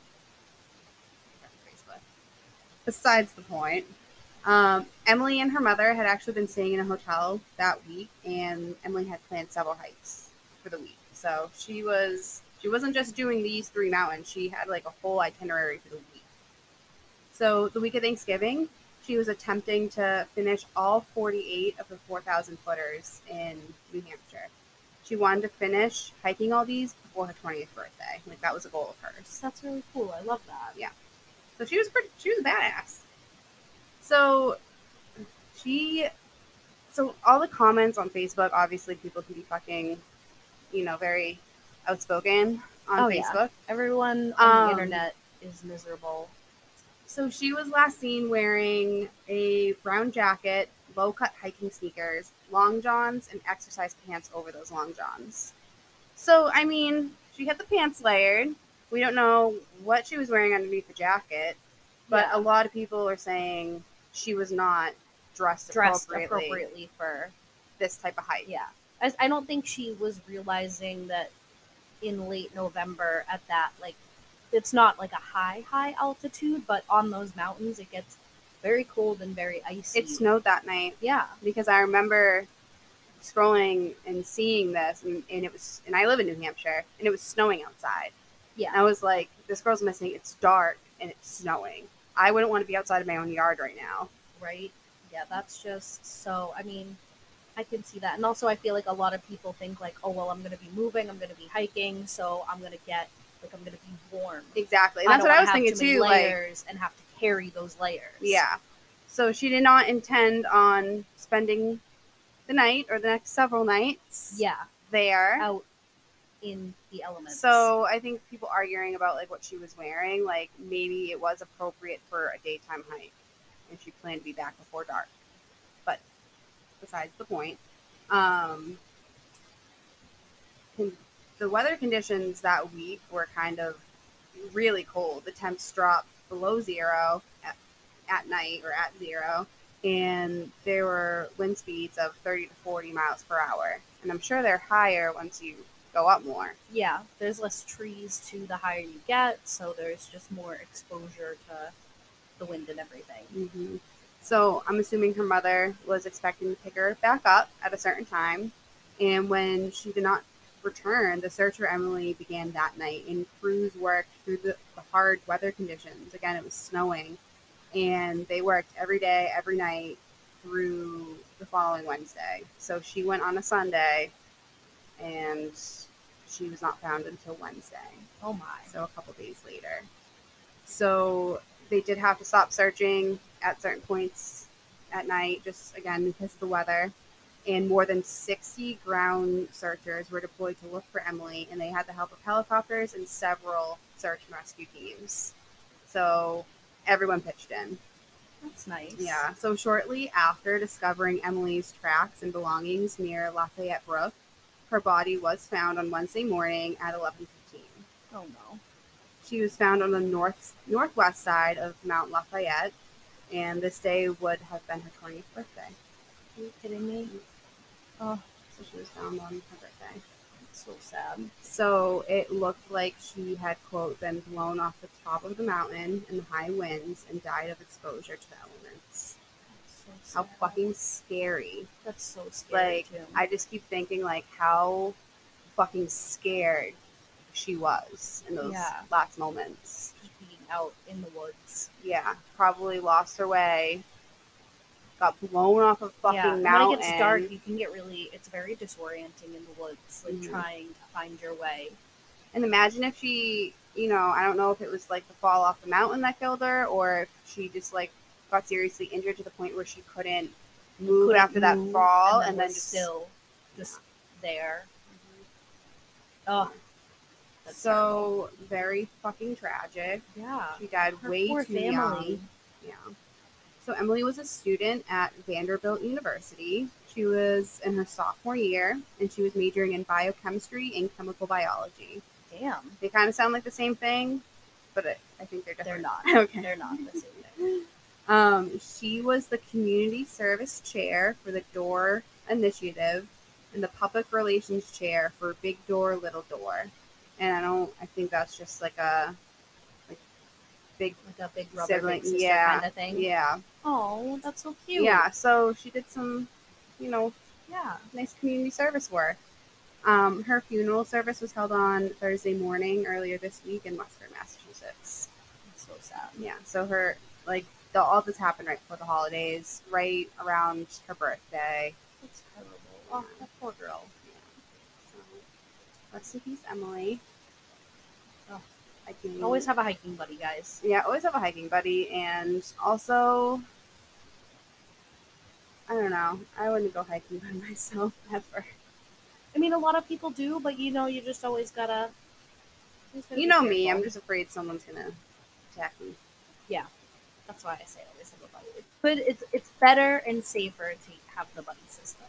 [SPEAKER 1] Facebook. Besides the point. Um, Emily and her mother had actually been staying in a hotel that week, and Emily had planned several hikes for the week. So she was she wasn't just doing these three mountains; she had like a whole itinerary for the week. So the week of Thanksgiving, she was attempting to finish all 48 of the 4,000 footers in New Hampshire. She wanted to finish hiking all these before her 20th birthday. Like that was a goal of hers.
[SPEAKER 2] That's really cool. I love that.
[SPEAKER 1] So she was pretty. She was a badass. So she. So all the comments on Facebook, obviously, people can be fucking, you know, very outspoken on
[SPEAKER 2] Oh, yeah.
[SPEAKER 1] Facebook.
[SPEAKER 2] Everyone on
[SPEAKER 1] Um,
[SPEAKER 2] the internet is miserable.
[SPEAKER 1] So she was last seen wearing a brown jacket, low cut hiking sneakers, long johns, and exercise pants over those long johns. So, I mean, she had the pants layered. We don't know what she was wearing underneath the jacket, but
[SPEAKER 2] Yeah.
[SPEAKER 1] a lot of people are saying she was not dressed,
[SPEAKER 2] Dressed
[SPEAKER 1] appropriately,
[SPEAKER 2] appropriately for
[SPEAKER 1] this type of hike.
[SPEAKER 2] yeah I, I don't think she was realizing that in late november at that like it's not like a high high altitude but on those mountains it gets very cold and very icy
[SPEAKER 1] It snowed that night
[SPEAKER 2] yeah
[SPEAKER 1] because I remember scrolling and seeing this, and, and it was, and I live in New Hampshire, and it was snowing outside.
[SPEAKER 2] yeah
[SPEAKER 1] And I was like, this girl's missing. It's dark and it's snowing. I wouldn't want to be outside of my own yard right now.
[SPEAKER 2] right yeah that's just so i mean i can see that and also i feel like a lot of people think like oh well i'm gonna be moving i'm gonna be hiking so i'm gonna get like i'm gonna be warm
[SPEAKER 1] Exactly. And that's
[SPEAKER 2] don't
[SPEAKER 1] what I
[SPEAKER 2] wanna
[SPEAKER 1] was
[SPEAKER 2] have
[SPEAKER 1] thinking
[SPEAKER 2] many
[SPEAKER 1] too. Like,
[SPEAKER 2] layers and have to carry those layers
[SPEAKER 1] yeah. So she did not intend on spending the night or the next several nights
[SPEAKER 2] yeah
[SPEAKER 1] there.
[SPEAKER 2] out in the elements
[SPEAKER 1] So I think people arguing about like what she was wearing, like maybe it was appropriate for a daytime hike, and she planned to be back before dark. But besides the point, um, con- the weather conditions that week were kind of really cold. The temps dropped below zero at, at night or at zero, and there were wind speeds of 30 to 40 miles per hour. And I'm sure they're higher once you go up more.
[SPEAKER 2] yeah, there's less trees to the higher you get, so there's just more exposure to the wind and everything.
[SPEAKER 1] hmm So I'm assuming her mother was expecting to pick her back up at a certain time, And when she did not return, the search for Emily began that night, and crews worked through the, the hard weather conditions. Again, it was snowing, and they worked every day, every night through the following Wednesday. So she went on a Sunday, and she was not found until Wednesday
[SPEAKER 2] Oh my.
[SPEAKER 1] so a couple days later. So they did have to stop searching at certain points at night, just again because of the weather. And more than 60 ground searchers were deployed to look for Emily, and they had the help of helicopters and several search and rescue teams. So everyone pitched in.
[SPEAKER 2] That's nice.
[SPEAKER 1] Yeah. So shortly after discovering Emily's tracks and belongings near Lafayette Brook, her body was found on Wednesday morning at 11:15.
[SPEAKER 2] Oh no.
[SPEAKER 1] She was found on the north northwest side of Mount Lafayette, and this day would have been her 20th birthday.
[SPEAKER 2] Are you kidding me? Oh,
[SPEAKER 1] So she was found on her birthday.
[SPEAKER 2] it's so sad.
[SPEAKER 1] So it looked like she had, quote, been blown off the top of the mountain in the high winds and died of exposure to the elements.
[SPEAKER 2] That's so
[SPEAKER 1] How
[SPEAKER 2] sad.
[SPEAKER 1] fucking scary.
[SPEAKER 2] That's so scary.
[SPEAKER 1] like,
[SPEAKER 2] too.
[SPEAKER 1] I just keep thinking, like, how fucking scared she was in those
[SPEAKER 2] Yeah.
[SPEAKER 1] last moments.
[SPEAKER 2] Just being out in the woods.
[SPEAKER 1] yeah, probably lost her way, got blown off a fucking
[SPEAKER 2] yeah. and
[SPEAKER 1] mountain.
[SPEAKER 2] When it gets dark, you can get really. It's very disorienting in the woods. Like
[SPEAKER 1] Mhm.
[SPEAKER 2] trying to find your way.
[SPEAKER 1] And imagine if she, you know, I don't know if it was like the fall off the mountain that killed her, or if she just like got seriously injured to the point where she couldn't move
[SPEAKER 2] Couldn't
[SPEAKER 1] after that
[SPEAKER 2] move,
[SPEAKER 1] fall, and, then
[SPEAKER 2] was
[SPEAKER 1] just
[SPEAKER 2] still just there. Oh, that's
[SPEAKER 1] so very fucking tragic.
[SPEAKER 2] yeah.
[SPEAKER 1] She died
[SPEAKER 2] Her
[SPEAKER 1] way
[SPEAKER 2] poor
[SPEAKER 1] too
[SPEAKER 2] family.
[SPEAKER 1] young. Yeah. So Emily was a student at Vanderbilt University. She was in her sophomore year and she was majoring in biochemistry and chemical biology.
[SPEAKER 2] Damn.
[SPEAKER 1] They kind of sound like the same thing, but it, I think they're
[SPEAKER 2] They're
[SPEAKER 1] different.
[SPEAKER 2] not.
[SPEAKER 1] okay.
[SPEAKER 2] They're not the same thing.
[SPEAKER 1] Um, she was the community service chair for the Door Initiative and the public relations chair for Big Door, Little Door. And I don't, I think that's just like a, like, big,
[SPEAKER 2] Like a big rubber
[SPEAKER 1] Sibling-
[SPEAKER 2] big sister
[SPEAKER 1] yeah,
[SPEAKER 2] kind of thing.
[SPEAKER 1] yeah.
[SPEAKER 2] Oh, that's so cute.
[SPEAKER 1] Yeah, so she did some, you know,
[SPEAKER 2] Yeah.
[SPEAKER 1] nice community service work. Um, her funeral service was held on Thursday morning earlier this week in Western Massachusetts.
[SPEAKER 2] That's so sad.
[SPEAKER 1] Yeah, so her, like, the, all this happened right before the holidays, right around her birthday. Um,
[SPEAKER 2] That's terrible. Oh, that poor girl.
[SPEAKER 1] So, rest in peace, Emily.
[SPEAKER 2] Oh.
[SPEAKER 1] I can
[SPEAKER 2] Always have a hiking buddy, guys.
[SPEAKER 1] Yeah, always have a hiking buddy, and also, I don't know. I wouldn't go hiking by myself ever.
[SPEAKER 2] I mean, a lot of people do, but you know, you just always gotta. always gotta
[SPEAKER 1] You
[SPEAKER 2] be
[SPEAKER 1] know me.
[SPEAKER 2] careful.
[SPEAKER 1] I'm just afraid someone's gonna attack me.
[SPEAKER 2] That's why I say always have a buddy. It's good. It's it's better and safer to have the buddy system.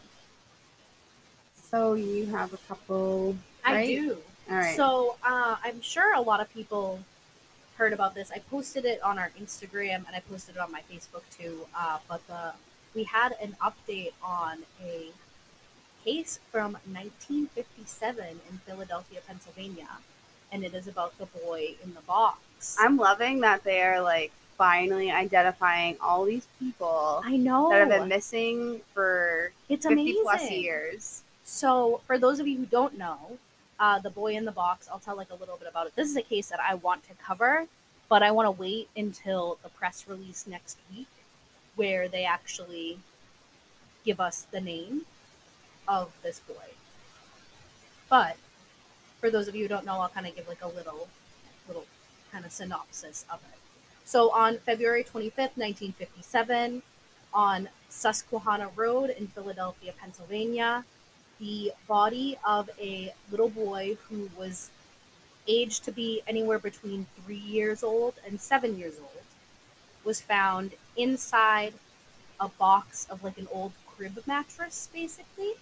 [SPEAKER 1] So you have a couple.
[SPEAKER 2] I
[SPEAKER 1] Right?
[SPEAKER 2] do.
[SPEAKER 1] All right.
[SPEAKER 2] So uh, I'm sure a lot of people heard about this. I posted it on our Instagram and I posted it on my Facebook too. Uh, but the we had an update on a case from 1957 in Philadelphia, Pennsylvania, and it is about the boy in the box.
[SPEAKER 1] I'm loving that they are like finally identifying all these people
[SPEAKER 2] I know
[SPEAKER 1] that have been missing for
[SPEAKER 2] it's
[SPEAKER 1] 50
[SPEAKER 2] amazing.
[SPEAKER 1] plus years.
[SPEAKER 2] So, for those of you who don't know, uh, the boy in the box, I'll tell like a little bit about it. This is a case that I want to cover, but I want to wait until the press release next week, where they actually give us the name of this boy. But for those of you who don't know, I'll kind of give like a little, little kind of synopsis of it. So on February 25th, 1957, on Susquehanna Road in Philadelphia, Pennsylvania, the body of a little boy who was aged to be anywhere between three years old and seven years old was found inside a box of like an old crib mattress, basically.
[SPEAKER 1] I'm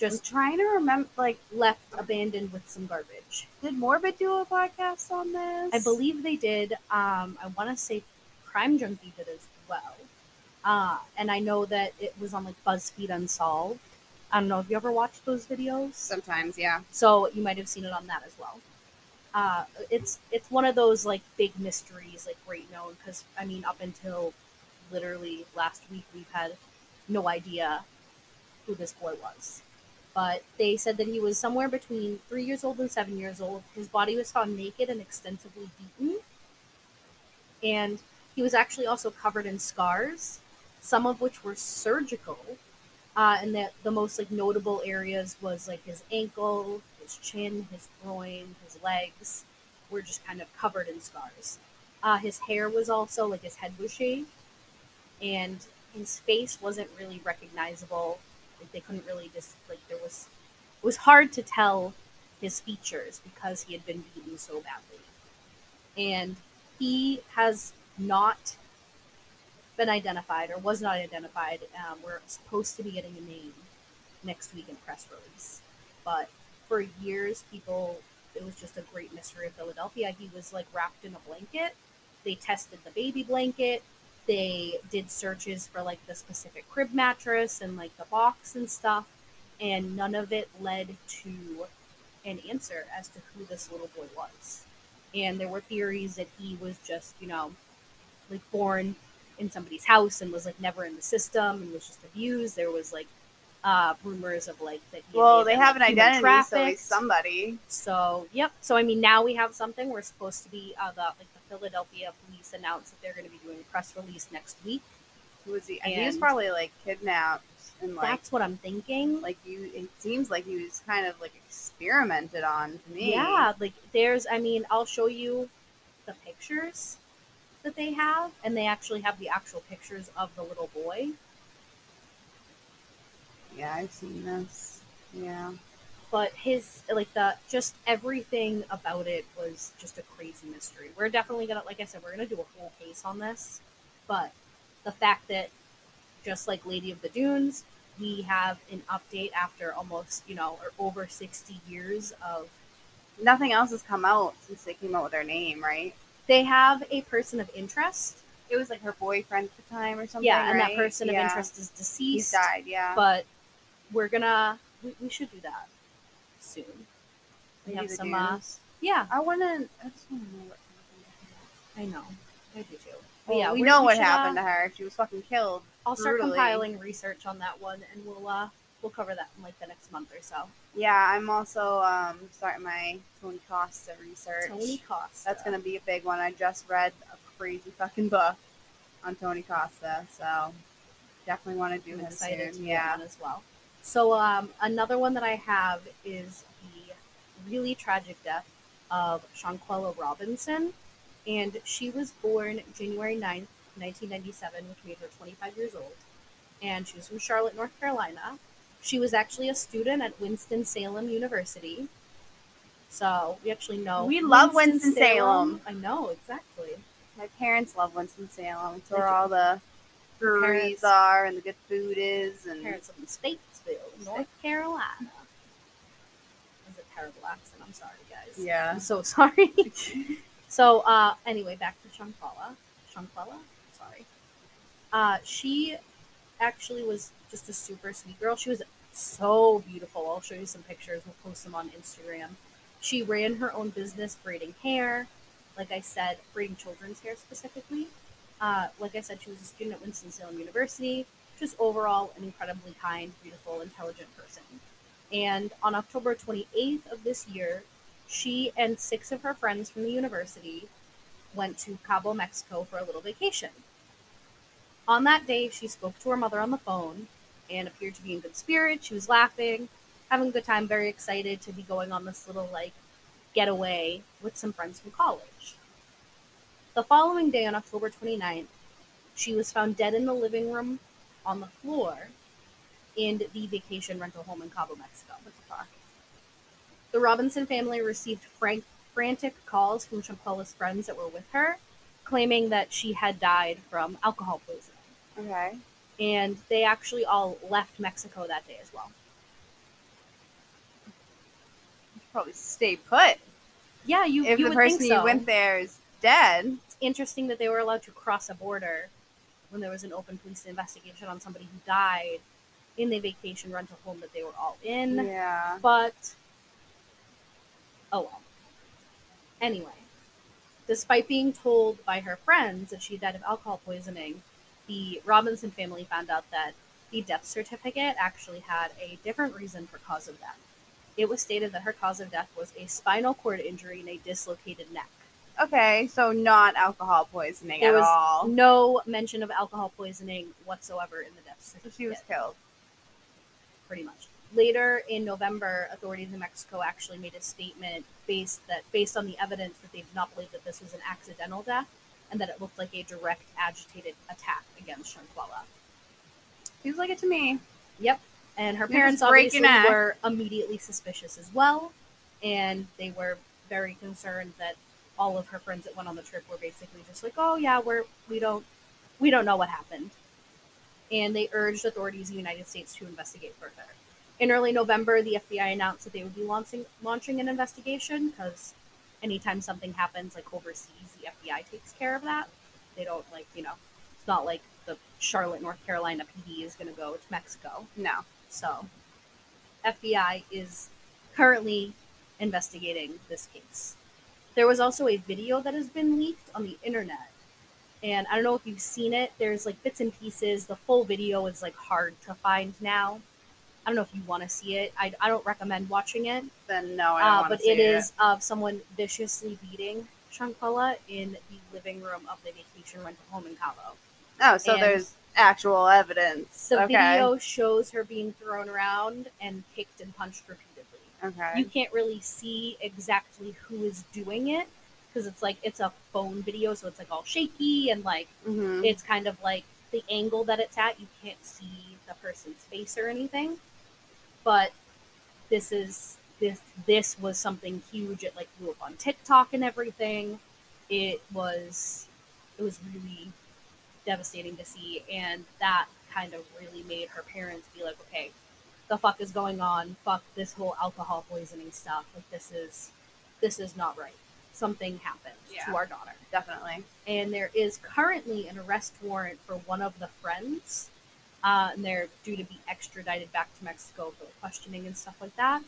[SPEAKER 2] Just
[SPEAKER 1] trying to remember. Like,
[SPEAKER 2] left abandoned with some garbage.
[SPEAKER 1] did Morbid do a podcast on this?
[SPEAKER 2] I believe they did. Um, I want to say Crime Junkie did as well. Uh, and I know that it was on like BuzzFeed Unsolved. I don't know if you ever watched those videos.
[SPEAKER 1] sometimes. Yeah.
[SPEAKER 2] So you might have seen it on that as well. Uh, it's it's one of those like big mysteries, like great known because I mean up until literally last week we've had no idea who this boy was. But they said that he was somewhere between three years old and seven years old. His body was found naked and extensively beaten. And he was actually also covered in scars, some of which were surgical. Uh, and that the most like notable areas was like his ankle, his chin, his groin, his legs were just kind of covered in scars. Uh, his hair was also like his head was shaved, and his face wasn't really recognizable. Like they couldn't really just like there was it was hard to tell his features because he had been beaten so badly, and he has not been identified or was not identified. Um, we're supposed to be getting a name next week in press release, but for years people it was just a great mystery of Philadelphia. He was like wrapped in a blanket. They tested the baby blanket. They did searches for like the specific crib mattress and like the box and stuff, and none of it led to an answer as to who this little boy was. And there were theories that he was just, you know, like born in somebody's house and was like never in the system and was just abused. There was like uh, rumors of like that. He
[SPEAKER 1] Well,
[SPEAKER 2] may
[SPEAKER 1] they
[SPEAKER 2] been,
[SPEAKER 1] have an
[SPEAKER 2] like, human
[SPEAKER 1] identity, so
[SPEAKER 2] trafficked.
[SPEAKER 1] he's somebody.
[SPEAKER 2] So yep. So I mean, now we have something. We're supposed to be uh, the like the Philadelphia police announced that they're going to be doing a press release next week.
[SPEAKER 1] Who was he? And he was
[SPEAKER 2] And-
[SPEAKER 1] probably like kidnapped and like
[SPEAKER 2] That's what I'm thinking.
[SPEAKER 1] like you. It seems like he was kind of like experimented on to me.
[SPEAKER 2] yeah, like there's. I mean, I'll show you the pictures that they have, and they actually have the actual pictures of the little boy.
[SPEAKER 1] yeah, I've seen this. Yeah,
[SPEAKER 2] But his like the just everything about it was just a crazy mystery. We're definitely gonna, like I said, we're gonna do a whole case on this. But the fact that just like Lady of the Dunes, we have an update after almost, you know, or over 60 years of.
[SPEAKER 1] nothing else has come out since they came out with her name, right?
[SPEAKER 2] They have a person of interest.
[SPEAKER 1] It was like her boyfriend at the time or something.
[SPEAKER 2] yeah, and
[SPEAKER 1] right?
[SPEAKER 2] that person
[SPEAKER 1] Yeah.
[SPEAKER 2] of interest is
[SPEAKER 1] He's
[SPEAKER 2] deceased.
[SPEAKER 1] died. Yeah,
[SPEAKER 2] But we're gonna. We, we should do that soon. We
[SPEAKER 1] Maybe
[SPEAKER 2] have
[SPEAKER 1] the
[SPEAKER 2] some. Uh,
[SPEAKER 1] dudes.
[SPEAKER 2] yeah,
[SPEAKER 1] I want to. I just want to know what.
[SPEAKER 2] I know. I do too. But
[SPEAKER 1] Well,
[SPEAKER 2] yeah,
[SPEAKER 1] yeah, we
[SPEAKER 2] we're-
[SPEAKER 1] know what
[SPEAKER 2] should, uh,
[SPEAKER 1] happened to her. She was fucking killed.
[SPEAKER 2] I'll start
[SPEAKER 1] brutally.
[SPEAKER 2] compiling research on that one, and we'll uh we'll cover that in like the next month or so.
[SPEAKER 1] Yeah, I'm also um, starting my Tony Costa research.
[SPEAKER 2] Tony Costa.
[SPEAKER 1] That's gonna be a big one. I just read a crazy fucking book on Tony Costa, so definitely want to do
[SPEAKER 2] I'm
[SPEAKER 1] him
[SPEAKER 2] excited to
[SPEAKER 1] soon.
[SPEAKER 2] be
[SPEAKER 1] Yeah,
[SPEAKER 2] on as well. So um, another one that I have is the really tragic death of Shanquella Robinson, and she was born January 9th, 1997, which made her 25 years old, and she was from Charlotte, North Carolina. She was actually a student at Winston Salem University. So we actually know
[SPEAKER 1] We love Winston-Salem.
[SPEAKER 2] I know exactly.
[SPEAKER 1] my parents love Winston Salem. It's
[SPEAKER 2] Did
[SPEAKER 1] where
[SPEAKER 2] you-
[SPEAKER 1] all the breweries
[SPEAKER 2] parents-
[SPEAKER 1] are and the good food is, and
[SPEAKER 2] parents live in Statesville, North Carolina. That's a terrible accent. I'm sorry, guys.
[SPEAKER 1] yeah,
[SPEAKER 2] I'm so sorry. so, uh, anyway, back to Shangfala. Shangfala? Sorry. Uh, she actually was just a super sweet girl. She was so beautiful. I'll show you some pictures. We'll post them on Instagram. She ran her own business braiding hair. Like I said, braiding children's hair specifically. Uh, like I said, she was a student at Winston-Salem University. Just overall, an incredibly kind, beautiful, intelligent person. And on October 28th of this year, she and six of her friends from the university went to Cabo, Mexico for a little vacation. On that day, she spoke to her mother on the phone and appeared to be in good spirits. She was laughing, having a good time, very excited to be going on this little like getaway with some friends from college. The following day, on October 29th, she was found dead in the living room on the floor in the vacation rental home in Cabo, Mexico. What the fuck? The Robinson family received frank, frantic calls from Champolla's friends that were with her, claiming that she had died from alcohol poisoning.
[SPEAKER 1] okay.
[SPEAKER 2] And they actually all left Mexico that day as well.
[SPEAKER 1] Probably stay put
[SPEAKER 2] Yeah, you,
[SPEAKER 1] if
[SPEAKER 2] you
[SPEAKER 1] the
[SPEAKER 2] would
[SPEAKER 1] person
[SPEAKER 2] think so.
[SPEAKER 1] you went there is dead.
[SPEAKER 2] it's interesting that they were allowed to cross a border when there was an open police investigation on somebody who died in the vacation rental home that they were all in.
[SPEAKER 1] Yeah,
[SPEAKER 2] But oh well. Anyway, despite being told by her friends that she died of alcohol poisoning, the Robinson family found out that The death certificate actually had a different reason for cause of death. It was stated that her cause of death was a spinal cord injury and a dislocated neck.
[SPEAKER 1] Okay, so not alcohol poisoning
[SPEAKER 2] There
[SPEAKER 1] at
[SPEAKER 2] was
[SPEAKER 1] all.
[SPEAKER 2] No mention of alcohol poisoning whatsoever in the death certificate.
[SPEAKER 1] She was killed.
[SPEAKER 2] pretty much. Later in November, authorities in Mexico actually made a statement based that based on the evidence that they did not believe that this was an accidental death and that it looked like a direct agitated attack against Shanquella.
[SPEAKER 1] Seems like it to me.
[SPEAKER 2] Yep. And her
[SPEAKER 1] You're
[SPEAKER 2] parents
[SPEAKER 1] just breaking
[SPEAKER 2] obviously
[SPEAKER 1] up.
[SPEAKER 2] were immediately suspicious as well, and they were very concerned that all of her friends that went on the trip were basically just like, "Oh yeah, we're we don't we don't know what happened," and they urged authorities in the United States to investigate further. In early November, the FBI announced that they would be launching launching an investigation because anytime something happens like overseas, the FBI takes care of that. They don't like you know, it's not like the Charlotte, North Carolina PD is going to go to Mexico.
[SPEAKER 1] No.
[SPEAKER 2] So, FBI is currently investigating this case. There was also a video that has been leaked on the internet. And I don't know if you've seen it. There's like bits and pieces. The full video is like hard to find now. I don't know if you want to see it. I, I don't recommend watching it.
[SPEAKER 1] Then no, I don't
[SPEAKER 2] Uh,
[SPEAKER 1] want
[SPEAKER 2] but
[SPEAKER 1] to see
[SPEAKER 2] it is of someone viciously beating Shankala in the living room of the vacation rental home in Cabo.
[SPEAKER 1] Oh, so
[SPEAKER 2] and-
[SPEAKER 1] there's actual evidence.
[SPEAKER 2] The
[SPEAKER 1] okay.
[SPEAKER 2] video shows her being thrown around and kicked and punched repeatedly.
[SPEAKER 1] Okay.
[SPEAKER 2] you can't really see exactly who is doing it because it's like it's a phone video so it's like all shaky and like
[SPEAKER 1] hmm
[SPEAKER 2] it's kind of like the angle that it's at you can't see the person's face or anything but this is this this was something huge it like blew up on tiktok and everything it was it was really devastating to see and that kind of really made her parents be like okay the fuck is going on fuck this whole alcohol poisoning stuff like this is this is not right something happened
[SPEAKER 1] Yeah.
[SPEAKER 2] to our daughter
[SPEAKER 1] Definitely.
[SPEAKER 2] and there is currently an arrest warrant for one of the friends. Uh, and they're due to be extradited back to Mexico for questioning and stuff like that.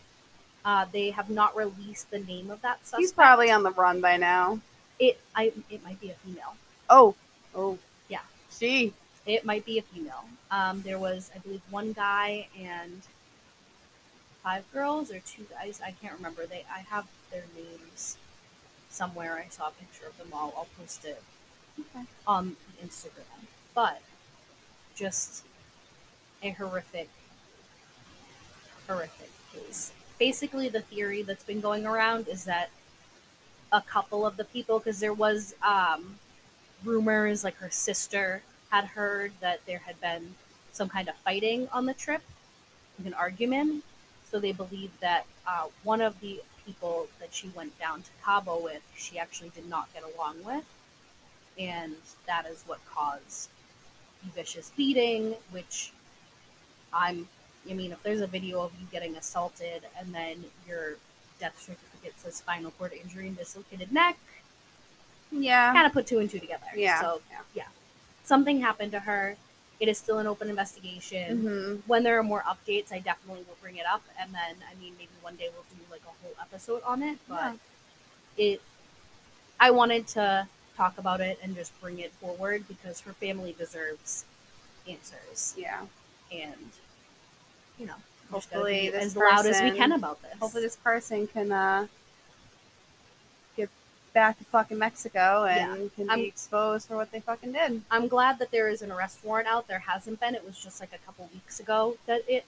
[SPEAKER 2] Uh, they have not released the name of that suspect.
[SPEAKER 1] He's probably on the run by now.
[SPEAKER 2] it. I it might be a female.
[SPEAKER 1] Oh. Oh.
[SPEAKER 2] Yeah.
[SPEAKER 1] She.
[SPEAKER 2] It might be a female. Um, there was, I believe, one guy and five girls or two guys. I can't remember. They I have their names somewhere. I saw a picture of them all. I'll post it
[SPEAKER 1] Okay.
[SPEAKER 2] on Instagram. But just a horrific, horrific case. Basically, the theory that's been going around is that a couple of the people, because there was um, rumors like her sister had heard that there had been some kind of fighting on the trip, like an argument. So they believe that uh, one of the people that she went down to Cabo with, she actually did not get along with and that is what caused the vicious beating which i'm i mean if there's a video of you getting assaulted and then your death certificate says spinal cord injury and dislocated neck
[SPEAKER 1] Yeah.
[SPEAKER 2] kind of put two and two together
[SPEAKER 1] Yeah.
[SPEAKER 2] so
[SPEAKER 1] Yeah.
[SPEAKER 2] yeah something happened to her it is still an open investigation
[SPEAKER 1] hmm
[SPEAKER 2] when there are more updates i definitely will bring it up and then i mean maybe one day we'll do like a whole episode on it but
[SPEAKER 1] Yeah.
[SPEAKER 2] it i wanted to talk about it and just bring it forward because her family deserves answers
[SPEAKER 1] Yeah.
[SPEAKER 2] and you know we're just gonna
[SPEAKER 1] Hopefully
[SPEAKER 2] be
[SPEAKER 1] this
[SPEAKER 2] as loud as we
[SPEAKER 1] person-
[SPEAKER 2] can about this
[SPEAKER 1] Hopefully this person can uh, get back to fucking Mexico and can
[SPEAKER 2] I'm-
[SPEAKER 1] be exposed for what they fucking did.
[SPEAKER 2] i'm glad that there is an arrest warrant out there hasn't been it was just like a couple weeks ago that it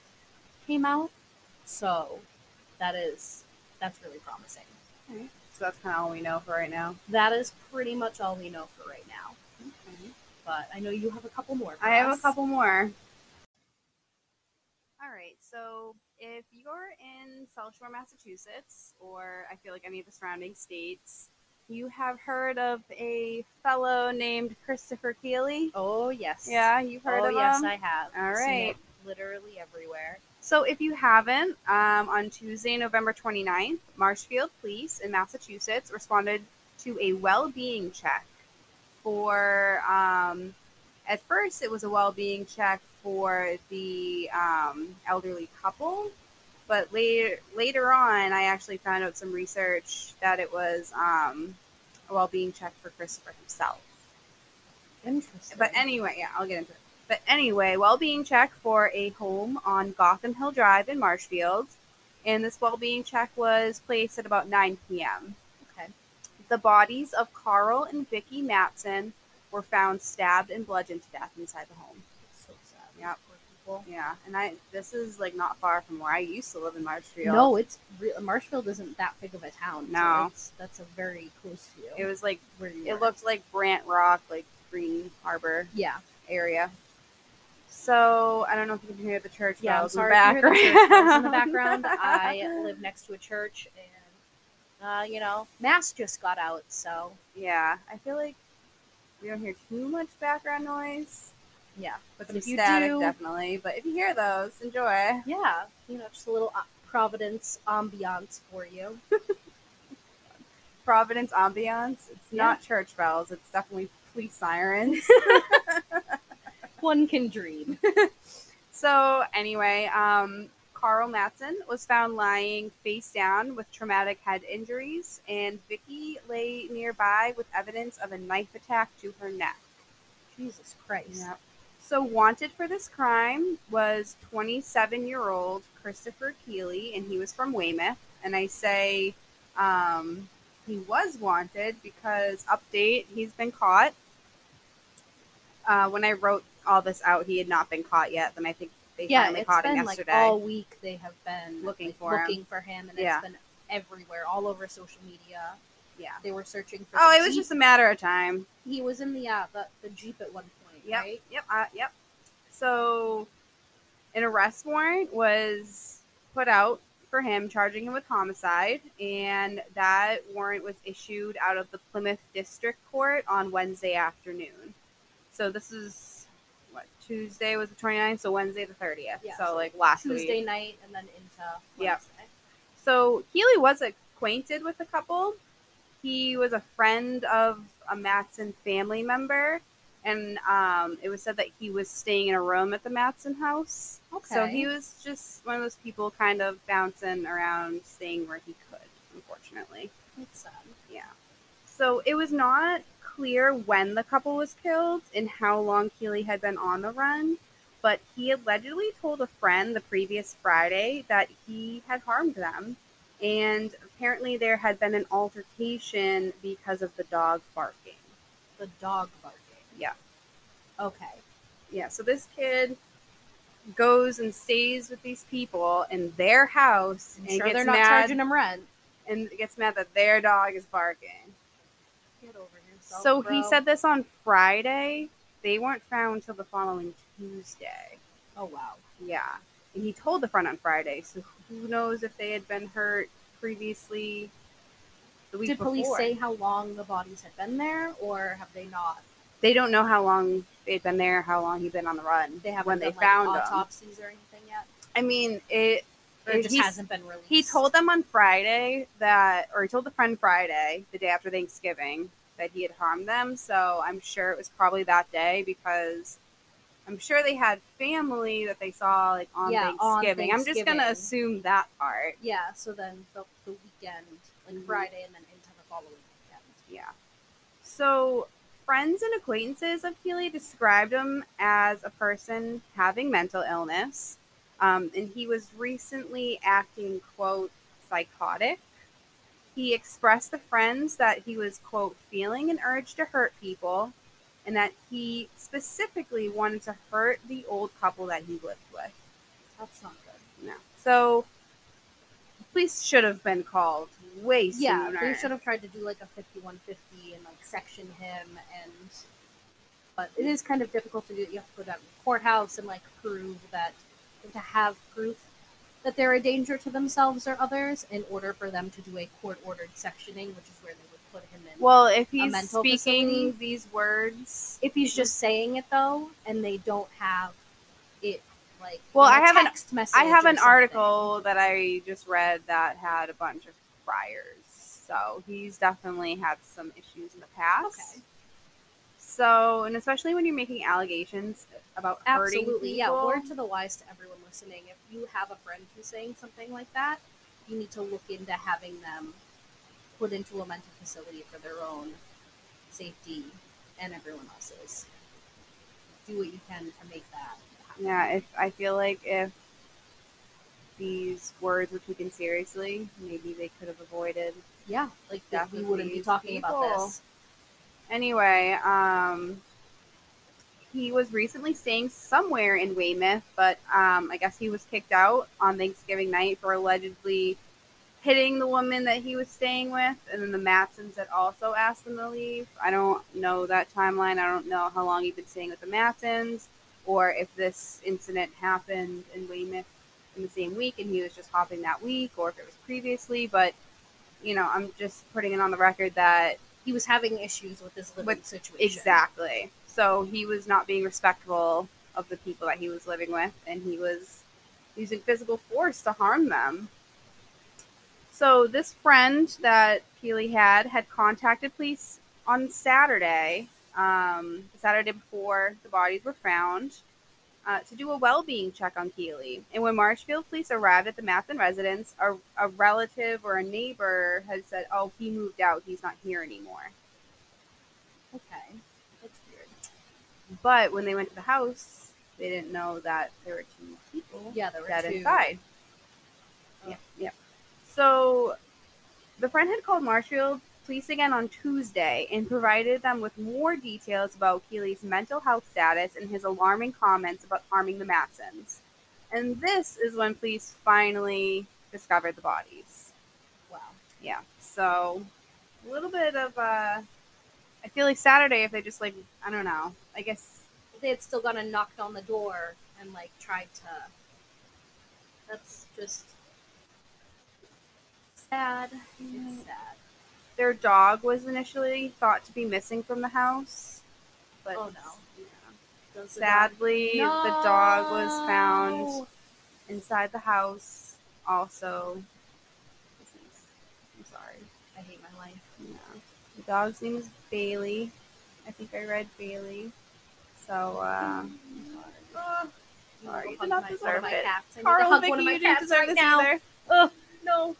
[SPEAKER 2] came out so that is that's really promising
[SPEAKER 1] So that's kind of all we know for right now.
[SPEAKER 2] that is pretty much all we know for right now but i know you have a couple more for
[SPEAKER 1] I have a
[SPEAKER 2] us.
[SPEAKER 1] couple more. All right. So if you're in South Shore, Massachusetts, or I feel like any of the surrounding states, you have heard of a fellow named Christopher Keeley.
[SPEAKER 2] oh yes
[SPEAKER 1] Yeah, you've heard
[SPEAKER 2] oh,
[SPEAKER 1] of
[SPEAKER 2] yes,
[SPEAKER 1] him.
[SPEAKER 2] I have.
[SPEAKER 1] All
[SPEAKER 2] Seen
[SPEAKER 1] right.
[SPEAKER 2] it literally everywhere.
[SPEAKER 1] So, if you haven't, um, on Tuesday, November 29th, Marshfield Police in Massachusetts responded to a well being check for, um, at first, it was a well being check for the um, elderly couple, but later, later on, I actually found out some research that it was um, a well being check for Christopher himself.
[SPEAKER 2] Interesting.
[SPEAKER 1] But anyway, yeah, I'll get into it. But But anyway, well-being check for a home on Gotham Hill Drive in Marshfield, and this well-being check was placed at about 9 p.m.
[SPEAKER 2] Okay.
[SPEAKER 1] The bodies of Carl and Vicky Matson were found stabbed and bludgeoned to death inside the home.
[SPEAKER 2] So sad.
[SPEAKER 1] Yep.
[SPEAKER 2] Poor people.
[SPEAKER 1] Yeah, and I this is like not far from where I used to live in Marshfield.
[SPEAKER 2] No, it's real. Marshfield isn't that big of a town.
[SPEAKER 1] No.
[SPEAKER 2] so it's, that's a very close to you.
[SPEAKER 1] it was like
[SPEAKER 2] where you
[SPEAKER 1] it
[SPEAKER 2] were.
[SPEAKER 1] looked like Brant Rock, like Green Harbor
[SPEAKER 2] Yeah,
[SPEAKER 1] area. So I don't know if you can hear the church
[SPEAKER 2] yeah. I'm
[SPEAKER 1] bells in
[SPEAKER 2] sorry
[SPEAKER 1] the
[SPEAKER 2] if you hear the church bells in the
[SPEAKER 1] background.
[SPEAKER 2] background. I live next to a church, and uh, you know, mass just got out, so
[SPEAKER 1] Yeah, I feel like we don't hear too much background noise.
[SPEAKER 2] yeah,
[SPEAKER 1] But
[SPEAKER 2] But
[SPEAKER 1] some
[SPEAKER 2] if you
[SPEAKER 1] static,
[SPEAKER 2] do-
[SPEAKER 1] definitely. But if you hear those, enjoy.
[SPEAKER 2] yeah. You know, just a little uh, Providence ambiance for you.
[SPEAKER 1] Providence ambiance. It's
[SPEAKER 2] Yeah.
[SPEAKER 1] not church bells. It's definitely police sirens.
[SPEAKER 2] One can dream.
[SPEAKER 1] so anyway, um, Carl Matson was found lying face down with traumatic head injuries, and Vicky lay nearby with evidence of a knife attack to her neck.
[SPEAKER 2] Jesus Christ.
[SPEAKER 1] So wanted for this crime was 27-year-old Christopher Keeley, and he was from Weymouth. And I say um, he was wanted because update, he's been caught. Uh, when I wrote all this out, he had not been caught yet. Then I think they
[SPEAKER 2] yeah,
[SPEAKER 1] finally
[SPEAKER 2] it's
[SPEAKER 1] caught
[SPEAKER 2] been
[SPEAKER 1] him
[SPEAKER 2] like
[SPEAKER 1] yesterday.
[SPEAKER 2] all week they have been
[SPEAKER 1] Looking
[SPEAKER 2] like,
[SPEAKER 1] for him.
[SPEAKER 2] looking for him, and
[SPEAKER 1] Yeah.
[SPEAKER 2] it's been everywhere, all over social media.
[SPEAKER 1] yeah.
[SPEAKER 2] They were searching for.
[SPEAKER 1] Oh,
[SPEAKER 2] the
[SPEAKER 1] it was
[SPEAKER 2] Jeep.
[SPEAKER 1] just a matter of time.
[SPEAKER 2] he was in the uh, the, the jeep at one point,
[SPEAKER 1] Yep.
[SPEAKER 2] right?
[SPEAKER 1] Yep. Uh, yep. So, an arrest warrant was put out for him, charging him with homicide, and that warrant was issued out of the Plymouth District Court on Wednesday afternoon. So this is what Tuesday was the 29th, so Wednesday the 30th.
[SPEAKER 2] Yeah,
[SPEAKER 1] so
[SPEAKER 2] so
[SPEAKER 1] like last week.
[SPEAKER 2] Tuesday night and then into
[SPEAKER 1] Yep.
[SPEAKER 2] Wednesday.
[SPEAKER 1] So Healy was acquainted with the couple. He was a friend of a Matson family member, and um, it was said that he was staying in a room at the Matson house. So
[SPEAKER 2] Okay.
[SPEAKER 1] he was just one of those people kind of bouncing around, staying where he could, unfortunately.
[SPEAKER 2] It's um, sad.
[SPEAKER 1] Yeah. So it was not clear when the couple was killed and how long Keeley had been on the run, but he allegedly told a friend the previous Friday that he had harmed them. And apparently there had been an altercation because of the dog barking.
[SPEAKER 2] The dog barking.
[SPEAKER 1] Yeah.
[SPEAKER 2] Okay.
[SPEAKER 1] Yeah, so this kid goes and stays with these people in their house
[SPEAKER 2] I'm
[SPEAKER 1] and
[SPEAKER 2] sure
[SPEAKER 1] gets
[SPEAKER 2] they're not
[SPEAKER 1] mad
[SPEAKER 2] charging him rent.
[SPEAKER 1] and gets mad that their dog is barking.
[SPEAKER 2] Get over yourself.
[SPEAKER 1] So he
[SPEAKER 2] bro.
[SPEAKER 1] said this on Friday. They weren't found till the following Tuesday.
[SPEAKER 2] "Oh wow,
[SPEAKER 1] Yeah. And he told the friend on Friday. So who knows if they had been hurt previously the week
[SPEAKER 2] did
[SPEAKER 1] before.
[SPEAKER 2] police say how long the bodies had been there, or have they not?
[SPEAKER 1] They don't know how long they'd been there, how long he'd been on the run.
[SPEAKER 2] They haven't
[SPEAKER 1] when
[SPEAKER 2] done,
[SPEAKER 1] they
[SPEAKER 2] like,
[SPEAKER 1] found him.
[SPEAKER 2] autopsies or anything yet,
[SPEAKER 1] I mean, it
[SPEAKER 2] or it just
[SPEAKER 1] he's-
[SPEAKER 2] hasn't been released."
[SPEAKER 1] He told them on Friday that, or he told the friend Friday, the day after Thanksgiving, that he had harmed them. So I'm sure it was probably that day because I'm sure they had family that they saw like on,
[SPEAKER 2] Yeah,
[SPEAKER 1] Thanksgiving.
[SPEAKER 2] on
[SPEAKER 1] I'm just gonna
[SPEAKER 2] Thanksgiving.
[SPEAKER 1] assume that part.
[SPEAKER 2] Yeah, so then the, the weekend, like
[SPEAKER 1] Mhm.
[SPEAKER 2] Friday, and then into the following weekend.
[SPEAKER 1] Yeah. So friends and acquaintances of Keeley described him as a person having mental illness, um, and he was recently acting quote psychotic. He expressed to friends that he was quote feeling an urge to hurt people, and that he specifically wanted to hurt the old couple that he lived with.
[SPEAKER 2] That's not good.
[SPEAKER 1] No. So police should have been called way
[SPEAKER 2] Yeah,
[SPEAKER 1] sooner.
[SPEAKER 2] they should have tried to do like a 5150 and like section him, and but it is kind of difficult to do. You have to go down to the courthouse and like prove that to have proof that they're a danger to themselves or others in order for them to do a court ordered sectioning, which is where they would put him in.
[SPEAKER 1] Well, if he's
[SPEAKER 2] mental
[SPEAKER 1] speaking
[SPEAKER 2] facility?
[SPEAKER 1] these words,
[SPEAKER 2] if he's just saying it though, and they don't have it like
[SPEAKER 1] Well,
[SPEAKER 2] in
[SPEAKER 1] I
[SPEAKER 2] a
[SPEAKER 1] have an-
[SPEAKER 2] text message.
[SPEAKER 1] I have
[SPEAKER 2] or
[SPEAKER 1] an
[SPEAKER 2] something.
[SPEAKER 1] article that I just read that had a bunch of priors. So he's definitely had some issues in the past.
[SPEAKER 2] Okay.
[SPEAKER 1] So, and especially when you're making allegations about hurting
[SPEAKER 2] Absolutely, yeah.
[SPEAKER 1] people,
[SPEAKER 2] Word to the wise to everyone listening. If you have a friend who's saying something like that, you need to look into having them put into a mental facility for their own safety and everyone else's. do what you can to make that happen.
[SPEAKER 1] Yeah, if I feel like if these words were taken seriously, maybe they could have avoided.
[SPEAKER 2] Yeah, like that we
[SPEAKER 1] Definitely
[SPEAKER 2] wouldn't be talking about
[SPEAKER 1] people.
[SPEAKER 2] this.
[SPEAKER 1] Anyway, um, he was recently staying somewhere in Weymouth, but um, I guess he was kicked out on Thanksgiving night for allegedly hitting the woman that he was staying with, and then the Matsons had also asked him to leave. I don't know that timeline. I don't know how long he'd been staying with the Matsons, or if this incident happened in Weymouth in the same week and he was just hopping that week, or if it was previously. But you know, I'm just putting it on the record that
[SPEAKER 2] He was having issues with his living
[SPEAKER 1] With-
[SPEAKER 2] situation.
[SPEAKER 1] Exactly. So he was not being respectful of the people that he was living with, and he was using physical force to harm them. So this friend that Keely had had contacted police on Saturday, um, the Saturday before the bodies were found, uh, to do a well-being check on Keely. And when Marshfield police arrived at the Mathen residence, a, a relative or a neighbor had said, "Oh, he moved out. He's not here anymore."
[SPEAKER 2] Okay. That's weird.
[SPEAKER 1] But when they went to the house, they didn't know that there were two people
[SPEAKER 2] Yeah, there were
[SPEAKER 1] dead
[SPEAKER 2] two.
[SPEAKER 1] inside.
[SPEAKER 2] Oh.
[SPEAKER 1] Yeah, yeah. So the friend had called Marshfield police again on Tuesday and provided them with more details about Keeley's mental health status and his alarming comments about harming the Matsons. And this is when police finally discovered the bodies.
[SPEAKER 2] Wow.
[SPEAKER 1] Yeah. So a little bit of uh I feel like Saturday if they just like I don't know. I guess
[SPEAKER 2] They had still gone and knocked on the door and like tried to. That's just sad.
[SPEAKER 1] Mm-hmm.
[SPEAKER 2] It's sad.
[SPEAKER 1] their dog was initially thought to be missing from the house. But
[SPEAKER 2] Oh, no. Those are
[SPEAKER 1] sadly,
[SPEAKER 2] the- No!
[SPEAKER 1] the dog was found inside the house. Also, I'm sorry.
[SPEAKER 2] I hate my life.
[SPEAKER 1] Yeah. The dog's name is Bailey. I think I read Bailey. So, uh,
[SPEAKER 2] Oh,
[SPEAKER 1] Sorry, you
[SPEAKER 2] hug
[SPEAKER 1] did not
[SPEAKER 2] my- one
[SPEAKER 1] deserve
[SPEAKER 2] of my
[SPEAKER 1] it.
[SPEAKER 2] cats. I need to
[SPEAKER 1] Carl,
[SPEAKER 2] hug
[SPEAKER 1] Vicky,
[SPEAKER 2] one of my
[SPEAKER 1] you didn't
[SPEAKER 2] cats
[SPEAKER 1] deserve
[SPEAKER 2] right
[SPEAKER 1] this
[SPEAKER 2] now.
[SPEAKER 1] either.
[SPEAKER 2] Oh no.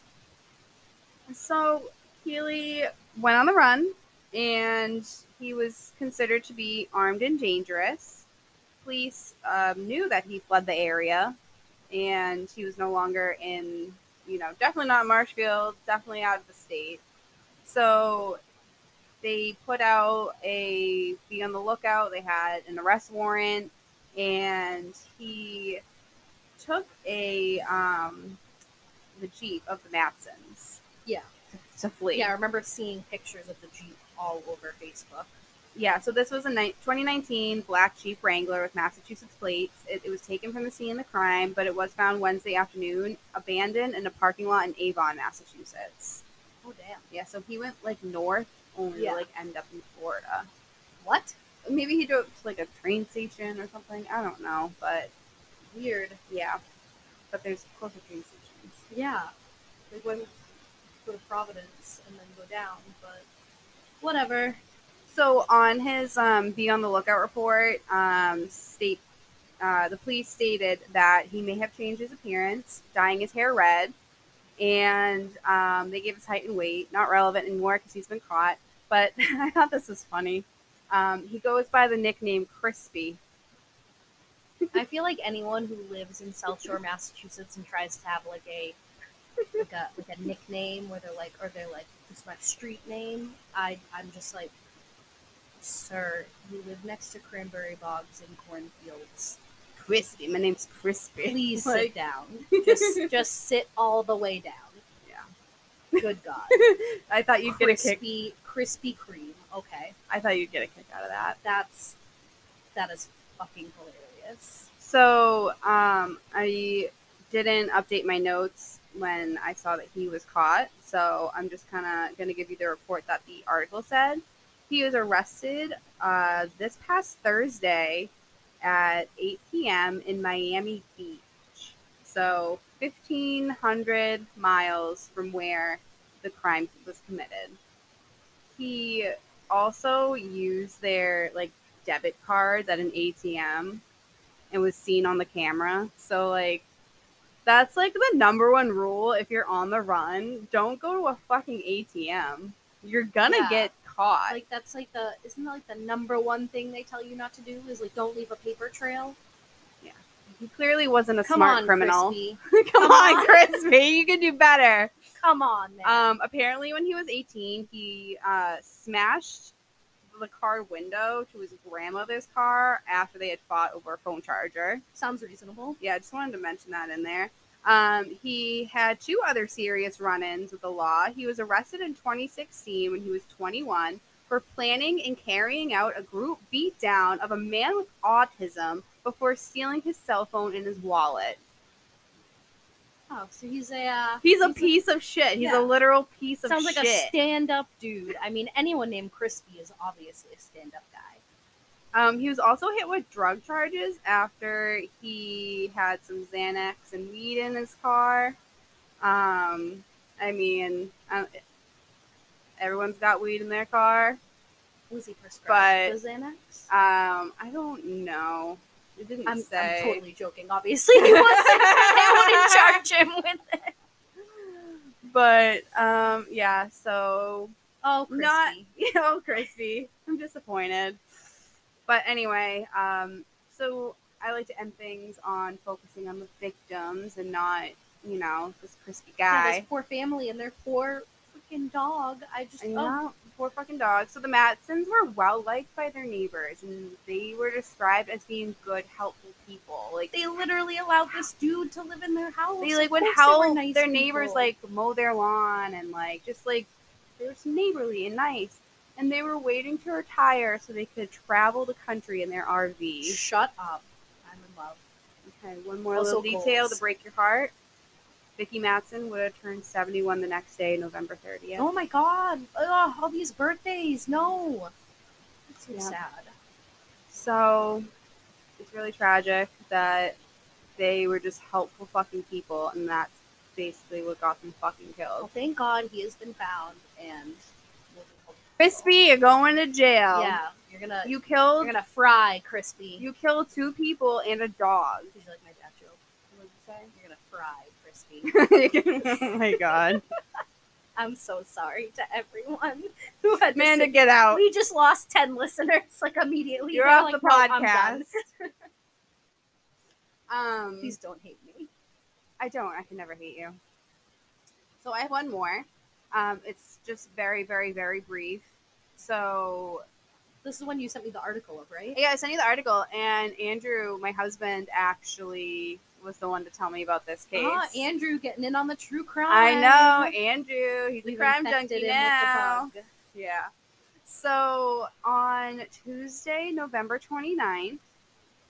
[SPEAKER 1] So Keely went on the run, and he was considered to be armed and dangerous. Police um, knew that he fled the area, and he was no longer in, you know, definitely not in Marshfield, definitely out of the state. So they put out a be on the lookout. They had an arrest warrant, and he took a um, the jeep of the Matsons
[SPEAKER 2] Yeah.
[SPEAKER 1] to flee.
[SPEAKER 2] Yeah, I remember seeing pictures of the Jeep all over Facebook.
[SPEAKER 1] Yeah, so this was a ni- 2019 black Jeep Wrangler with Massachusetts plates. It, it was taken from the scene of the crime, but it was found Wednesday afternoon, abandoned in a parking lot in Avon, Massachusetts.
[SPEAKER 2] Oh damn.
[SPEAKER 1] Yeah, so he went like north only
[SPEAKER 2] Yeah.
[SPEAKER 1] to like end up in Florida.
[SPEAKER 2] What?
[SPEAKER 1] Maybe he drove to like a train station or something. I don't know, but
[SPEAKER 2] Weird.
[SPEAKER 1] yeah. But there's closer train stations.
[SPEAKER 2] Yeah. They wouldn't go to Providence and then go down, but whatever.
[SPEAKER 1] So on his um, be on the lookout report, um, state uh, the police stated that he may have changed his appearance, dyeing his hair red, and um, they gave his height and weight. Not relevant anymore because he's been caught. But I thought this was funny. Um, he goes by the nickname Crispy.
[SPEAKER 2] I feel like anyone who lives in South Shore, Massachusetts and tries to have like a like a like a nickname where they're like or they're like, this is my street name, I I'm just like Sir, you live next to cranberry bogs and cornfields.
[SPEAKER 1] Crispy. My name's Crispy.
[SPEAKER 2] Please
[SPEAKER 1] Like,
[SPEAKER 2] sit down. Just just sit all the way down. Yeah. Good God.
[SPEAKER 1] I thought you'd get a kick.
[SPEAKER 2] crispy, crispy cream. Okay,
[SPEAKER 1] I thought you'd get a kick out of that.
[SPEAKER 2] that's that is fucking hilarious.
[SPEAKER 1] So um, I didn't update my notes when I saw that he was caught. So I'm just kind of going to give you the report that the article said. He was arrested uh, this past Thursday at 8 p.m. in Miami Beach. So 1,500 miles from where the crime was committed. He also used their like debit cards at an ATM and was seen on the camera. So like that's like the number one rule if you're on the run, don't go to a fucking ATM. You're gonna
[SPEAKER 2] Yeah.
[SPEAKER 1] get caught.
[SPEAKER 2] Like that's like the isn't that like the number one thing they tell you not to do is like don't leave a paper trail.
[SPEAKER 1] he clearly wasn't a
[SPEAKER 2] Come
[SPEAKER 1] smart
[SPEAKER 2] on,
[SPEAKER 1] criminal.
[SPEAKER 2] Crispy.
[SPEAKER 1] Come
[SPEAKER 2] Come
[SPEAKER 1] on,
[SPEAKER 2] on.
[SPEAKER 1] Crispy. You can do better.
[SPEAKER 2] Come on, man.
[SPEAKER 1] Um, apparently, when he was 18, he uh, smashed the car window to his grandmother's car after they had fought over a phone charger.
[SPEAKER 2] Sounds reasonable.
[SPEAKER 1] Yeah, I just wanted to mention that in there. Um, he had two other serious run ins with the law. He was arrested in 2016 when he was 21 for planning and carrying out a group beatdown of a man with autism before stealing his cell phone and his wallet.
[SPEAKER 2] Oh, so he's a uh,
[SPEAKER 1] He's a piece of shit. He's
[SPEAKER 2] Yeah.
[SPEAKER 1] a literal piece of
[SPEAKER 2] sounds like a
[SPEAKER 1] shit.
[SPEAKER 2] stand-up dude. I mean, anyone named Crispy is obviously a stand-up guy.
[SPEAKER 1] Um, he was also hit with drug charges after he had some Xanax and weed in his car. Um, I mean, um, everyone's got weed in their car.
[SPEAKER 2] Was he prescribed the Xanax?
[SPEAKER 1] Um, I don't know. It didn't
[SPEAKER 2] I'm,
[SPEAKER 1] say.
[SPEAKER 2] I'm totally joking. Obviously, he wasn't. I wouldn't charge him with it.
[SPEAKER 1] But um, yeah. So
[SPEAKER 2] Oh, Crispy.
[SPEAKER 1] Not- you know, Christy, I'm disappointed. But anyway, um, so I like to end things on focusing on the victims and not, you know, this crispy
[SPEAKER 2] Yeah,
[SPEAKER 1] guy.
[SPEAKER 2] this poor family and their poor freaking dog. I just
[SPEAKER 1] I
[SPEAKER 2] oh,
[SPEAKER 1] know, poor fucking dog. So the Matsons were well liked by their neighbors, and they were described as being good, helpful people. Like
[SPEAKER 2] they literally allowed this dude to live in their house.
[SPEAKER 1] they
[SPEAKER 2] Of
[SPEAKER 1] like would
[SPEAKER 2] course they were
[SPEAKER 1] help
[SPEAKER 2] nice
[SPEAKER 1] their neighbors
[SPEAKER 2] people.
[SPEAKER 1] like mow their lawn and like just like they were neighborly and nice and they were waiting to retire so they could travel the country in their rv
[SPEAKER 2] shut up. I'm in love.
[SPEAKER 1] okay one more little
[SPEAKER 2] Also
[SPEAKER 1] detail to
[SPEAKER 2] goals.
[SPEAKER 1] break your heart vicki matson would have turned 71 the next day november 30th
[SPEAKER 2] Oh my god! Ugh, all these birthdays. No, that's so
[SPEAKER 1] Yeah.
[SPEAKER 2] sad.
[SPEAKER 1] so it's really tragic that they were just helpful fucking people and that's basically what got them fucking
[SPEAKER 2] Well,
[SPEAKER 1] killed
[SPEAKER 2] thank God he has been found and we'll be hopeful.
[SPEAKER 1] crispy you're going to jail
[SPEAKER 2] Yeah, you're gonna you,
[SPEAKER 1] you killed
[SPEAKER 2] are gonna fry crispy.
[SPEAKER 1] You kill two people and a dog.
[SPEAKER 2] Did you like my dad joke?
[SPEAKER 1] What'd
[SPEAKER 2] You're gonna fry crispy.
[SPEAKER 1] oh my god.
[SPEAKER 2] I'm so sorry to everyone who had to
[SPEAKER 1] Amanda,
[SPEAKER 2] sit-
[SPEAKER 1] get out.
[SPEAKER 2] We just lost ten listeners like immediately.
[SPEAKER 1] You're
[SPEAKER 2] They're
[SPEAKER 1] off
[SPEAKER 2] like,
[SPEAKER 1] the
[SPEAKER 2] "No, I'm done."
[SPEAKER 1] podcast. Um
[SPEAKER 2] Please don't hate me.
[SPEAKER 1] I don't. I can never hate you. So I have one more. Um, it's just very, very, very brief. So
[SPEAKER 2] This is when you sent me the article of, right?
[SPEAKER 1] yeah, I sent you the article and Andrew, my husband, actually was the one to tell me about this case.
[SPEAKER 2] Ah, Andrew getting in on the true crime.
[SPEAKER 1] I know, Andrew. He's a
[SPEAKER 2] We've
[SPEAKER 1] crime
[SPEAKER 2] infected
[SPEAKER 1] junkie
[SPEAKER 2] him with the
[SPEAKER 1] now.
[SPEAKER 2] bug.
[SPEAKER 1] Yeah. So on Tuesday, November 29th,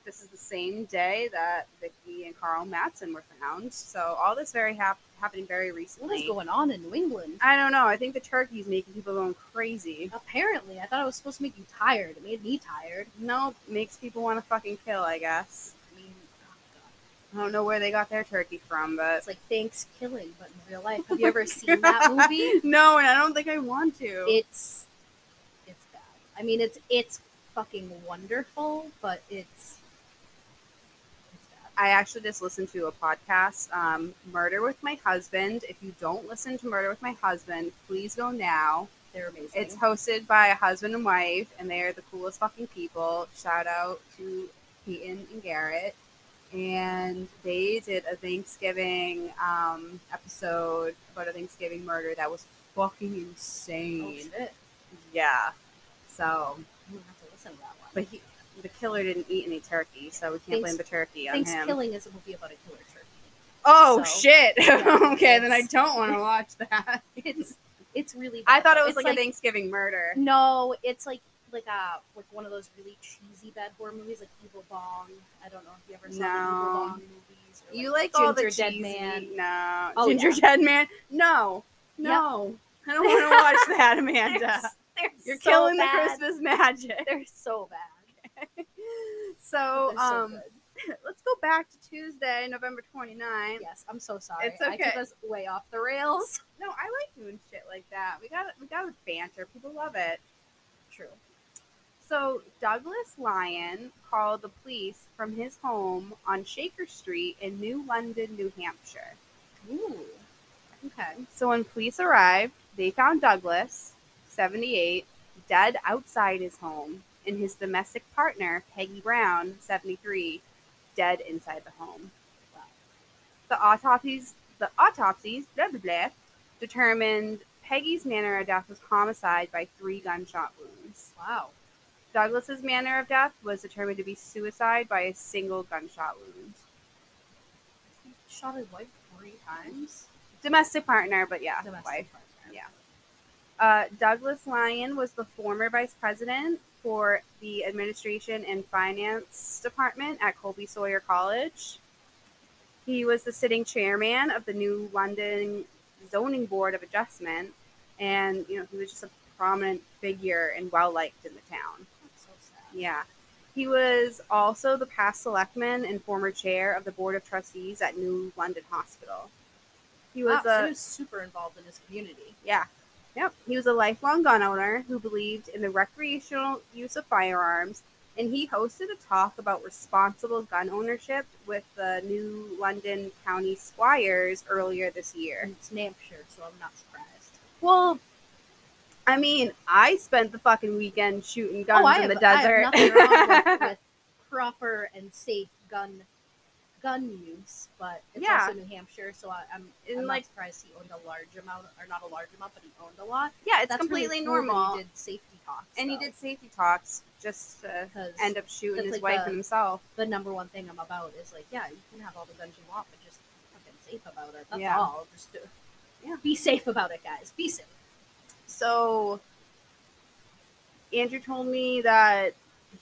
[SPEAKER 1] this is the same day that Vicky and Carl Matson were found. So all this very hap- happening very
[SPEAKER 2] What is
[SPEAKER 1] recently.
[SPEAKER 2] going on in New England?
[SPEAKER 1] I don't know. I think the turkey's making people going crazy.
[SPEAKER 2] Apparently, I thought it was supposed to make you tired. It made me tired.
[SPEAKER 1] No, makes people want to fucking kill, I guess.
[SPEAKER 2] I mean, oh God.
[SPEAKER 1] I don't know where they got their turkey from, but
[SPEAKER 2] it's like thanks killing, but in real life. Have you ever seen that movie?
[SPEAKER 1] no, and I don't think I want to.
[SPEAKER 2] It's it's bad. I mean, it's it's fucking wonderful, but it's it's bad.
[SPEAKER 1] I actually just listened to a podcast, um, Murder with My Husband. If you don't listen to Murder with My Husband, please go now.
[SPEAKER 2] They're amazing. Oh,
[SPEAKER 1] It's hosted by a husband and wife, and they are the coolest fucking people. Shout out to Peyton and Garrett. And they did a Thanksgiving um, episode about a Thanksgiving murder that was fucking
[SPEAKER 2] oh,
[SPEAKER 1] insane.
[SPEAKER 2] shit.
[SPEAKER 1] yeah. So,
[SPEAKER 2] I'm gonna have to listen to that one.
[SPEAKER 1] but he, the killer didn't eat any turkey, so we can't
[SPEAKER 2] Thanks-
[SPEAKER 1] blame the turkey on
[SPEAKER 2] Thanks
[SPEAKER 1] him.
[SPEAKER 2] Killing is a movie about a killer turkey.
[SPEAKER 1] Oh
[SPEAKER 2] So-
[SPEAKER 1] shit!
[SPEAKER 2] Yeah,
[SPEAKER 1] okay, then I
[SPEAKER 2] it's-
[SPEAKER 1] don't want to watch that.
[SPEAKER 2] It's it's really. Bad.
[SPEAKER 1] I thought it was
[SPEAKER 2] It's
[SPEAKER 1] like, a Thanksgiving murder.
[SPEAKER 2] No, it's like like a like one of those really cheesy bad horror movies, like Evil Bong. I don't know if you ever saw the Evil
[SPEAKER 1] No.
[SPEAKER 2] Bong movies. or,
[SPEAKER 1] You like all the
[SPEAKER 2] Ginger Dead
[SPEAKER 1] cheesy?
[SPEAKER 2] Man.
[SPEAKER 1] No,
[SPEAKER 2] Oh,
[SPEAKER 1] Ginger
[SPEAKER 2] yeah.
[SPEAKER 1] Dead Man. No,
[SPEAKER 2] Yep.
[SPEAKER 1] no, I don't want to watch that, Amanda.
[SPEAKER 2] They're- they're
[SPEAKER 1] You're
[SPEAKER 2] so
[SPEAKER 1] killing
[SPEAKER 2] bad.
[SPEAKER 1] the Christmas magic.
[SPEAKER 2] They're so bad.
[SPEAKER 1] So,
[SPEAKER 2] They're so
[SPEAKER 1] um,
[SPEAKER 2] good.
[SPEAKER 1] let's go back to Tuesday, November 29th.
[SPEAKER 2] yes, I'm so sorry.
[SPEAKER 1] it's
[SPEAKER 2] I
[SPEAKER 1] okay.
[SPEAKER 2] took us way off the rails.
[SPEAKER 1] No, I like doing shit like that. We got we got to banter. People love it.
[SPEAKER 2] True.
[SPEAKER 1] So Douglas Lyon called the police from his home on Shaker Street in New London, New Hampshire.
[SPEAKER 2] Ooh. Okay.
[SPEAKER 1] So when police arrived, they found Douglas, 78, dead outside his home, and his domestic partner, Peggy Brown, 73, dead inside the home. The autopsies, the autopsies, blah blah blah, determined Peggy's manner of death was homicide by three gunshot wounds.
[SPEAKER 2] Wow.
[SPEAKER 1] Douglas's manner of death was determined to be suicide by a single gunshot wound.
[SPEAKER 2] He shot his wife three times.
[SPEAKER 1] Domestic partner, but yeah,
[SPEAKER 2] Domestic
[SPEAKER 1] wife.
[SPEAKER 2] partner.
[SPEAKER 1] Yeah. Uh, Douglas Lyon was the former vice president for the administration and finance department at Colby Sawyer College. He was the sitting chairman of the new London Zoning Board of Adjustment, and you know he was just a prominent figure and well liked in the town.
[SPEAKER 2] That's so sad.
[SPEAKER 1] Yeah, he was also the past selectman and former chair of the board of trustees at New London Hospital. He was
[SPEAKER 2] Wow, Ah, so
[SPEAKER 1] a
[SPEAKER 2] he was super involved in his community.
[SPEAKER 1] yeah. Yep. He was a lifelong gun owner who believed in the recreational use of firearms, and he hosted a talk about responsible gun ownership with the New London County Squires earlier this year.
[SPEAKER 2] And it's Hampshire, so I'm not surprised.
[SPEAKER 1] Well, I mean, I spent the fucking weekend shooting guns
[SPEAKER 2] oh, I
[SPEAKER 1] in
[SPEAKER 2] have,
[SPEAKER 1] the
[SPEAKER 2] I have
[SPEAKER 1] desert.
[SPEAKER 2] nothing wrong with, with proper and safe gun gun use, but it's
[SPEAKER 1] Yeah.
[SPEAKER 2] also New Hampshire, so I, I'm,
[SPEAKER 1] And,
[SPEAKER 2] I'm
[SPEAKER 1] like-
[SPEAKER 2] not surprised he owned a large amount, or not a large amount, but he owned a lot.
[SPEAKER 1] yeah, it's
[SPEAKER 2] That's really
[SPEAKER 1] completely
[SPEAKER 2] cool that he
[SPEAKER 1] normal.
[SPEAKER 2] did safety talks,
[SPEAKER 1] and he did safety talks just to
[SPEAKER 2] because
[SPEAKER 1] end up shooting
[SPEAKER 2] that's
[SPEAKER 1] his
[SPEAKER 2] like
[SPEAKER 1] wife
[SPEAKER 2] the-
[SPEAKER 1] and himself.
[SPEAKER 2] the number one thing I'm about is like, yeah, you can have all the guns you want, but just be fucking safe about it. That's
[SPEAKER 1] Yeah.
[SPEAKER 2] all. Just do,
[SPEAKER 1] Yeah.
[SPEAKER 2] be safe about it, guys. Be safe.
[SPEAKER 1] So Andrew told me that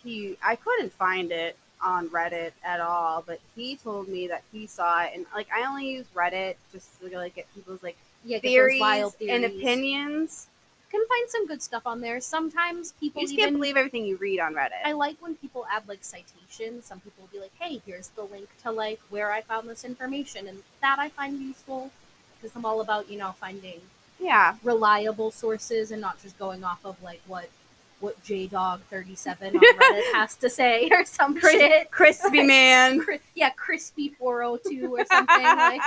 [SPEAKER 1] he I couldn't find it on Reddit at all, but he told me that he saw it and like I only use Reddit just to like get people's like
[SPEAKER 2] Yeah, get those
[SPEAKER 1] theories,
[SPEAKER 2] wild
[SPEAKER 1] and
[SPEAKER 2] theories.
[SPEAKER 1] opinions.
[SPEAKER 2] Can find some good stuff on there. Sometimes people
[SPEAKER 1] You just
[SPEAKER 2] even
[SPEAKER 1] can't believe everything you read on Reddit.
[SPEAKER 2] I like when people add like citations. Some people will be like, "Hey, here's the link to like where I found this information," and that I find useful because I'm all about you know finding
[SPEAKER 1] yeah.
[SPEAKER 2] reliable sources and not just going off of like what what JDog thirty seven on Reddit has to say or some
[SPEAKER 1] Cris-
[SPEAKER 2] shit.
[SPEAKER 1] Crispy man.
[SPEAKER 2] Cri- yeah, crispy four oh two or something. Like,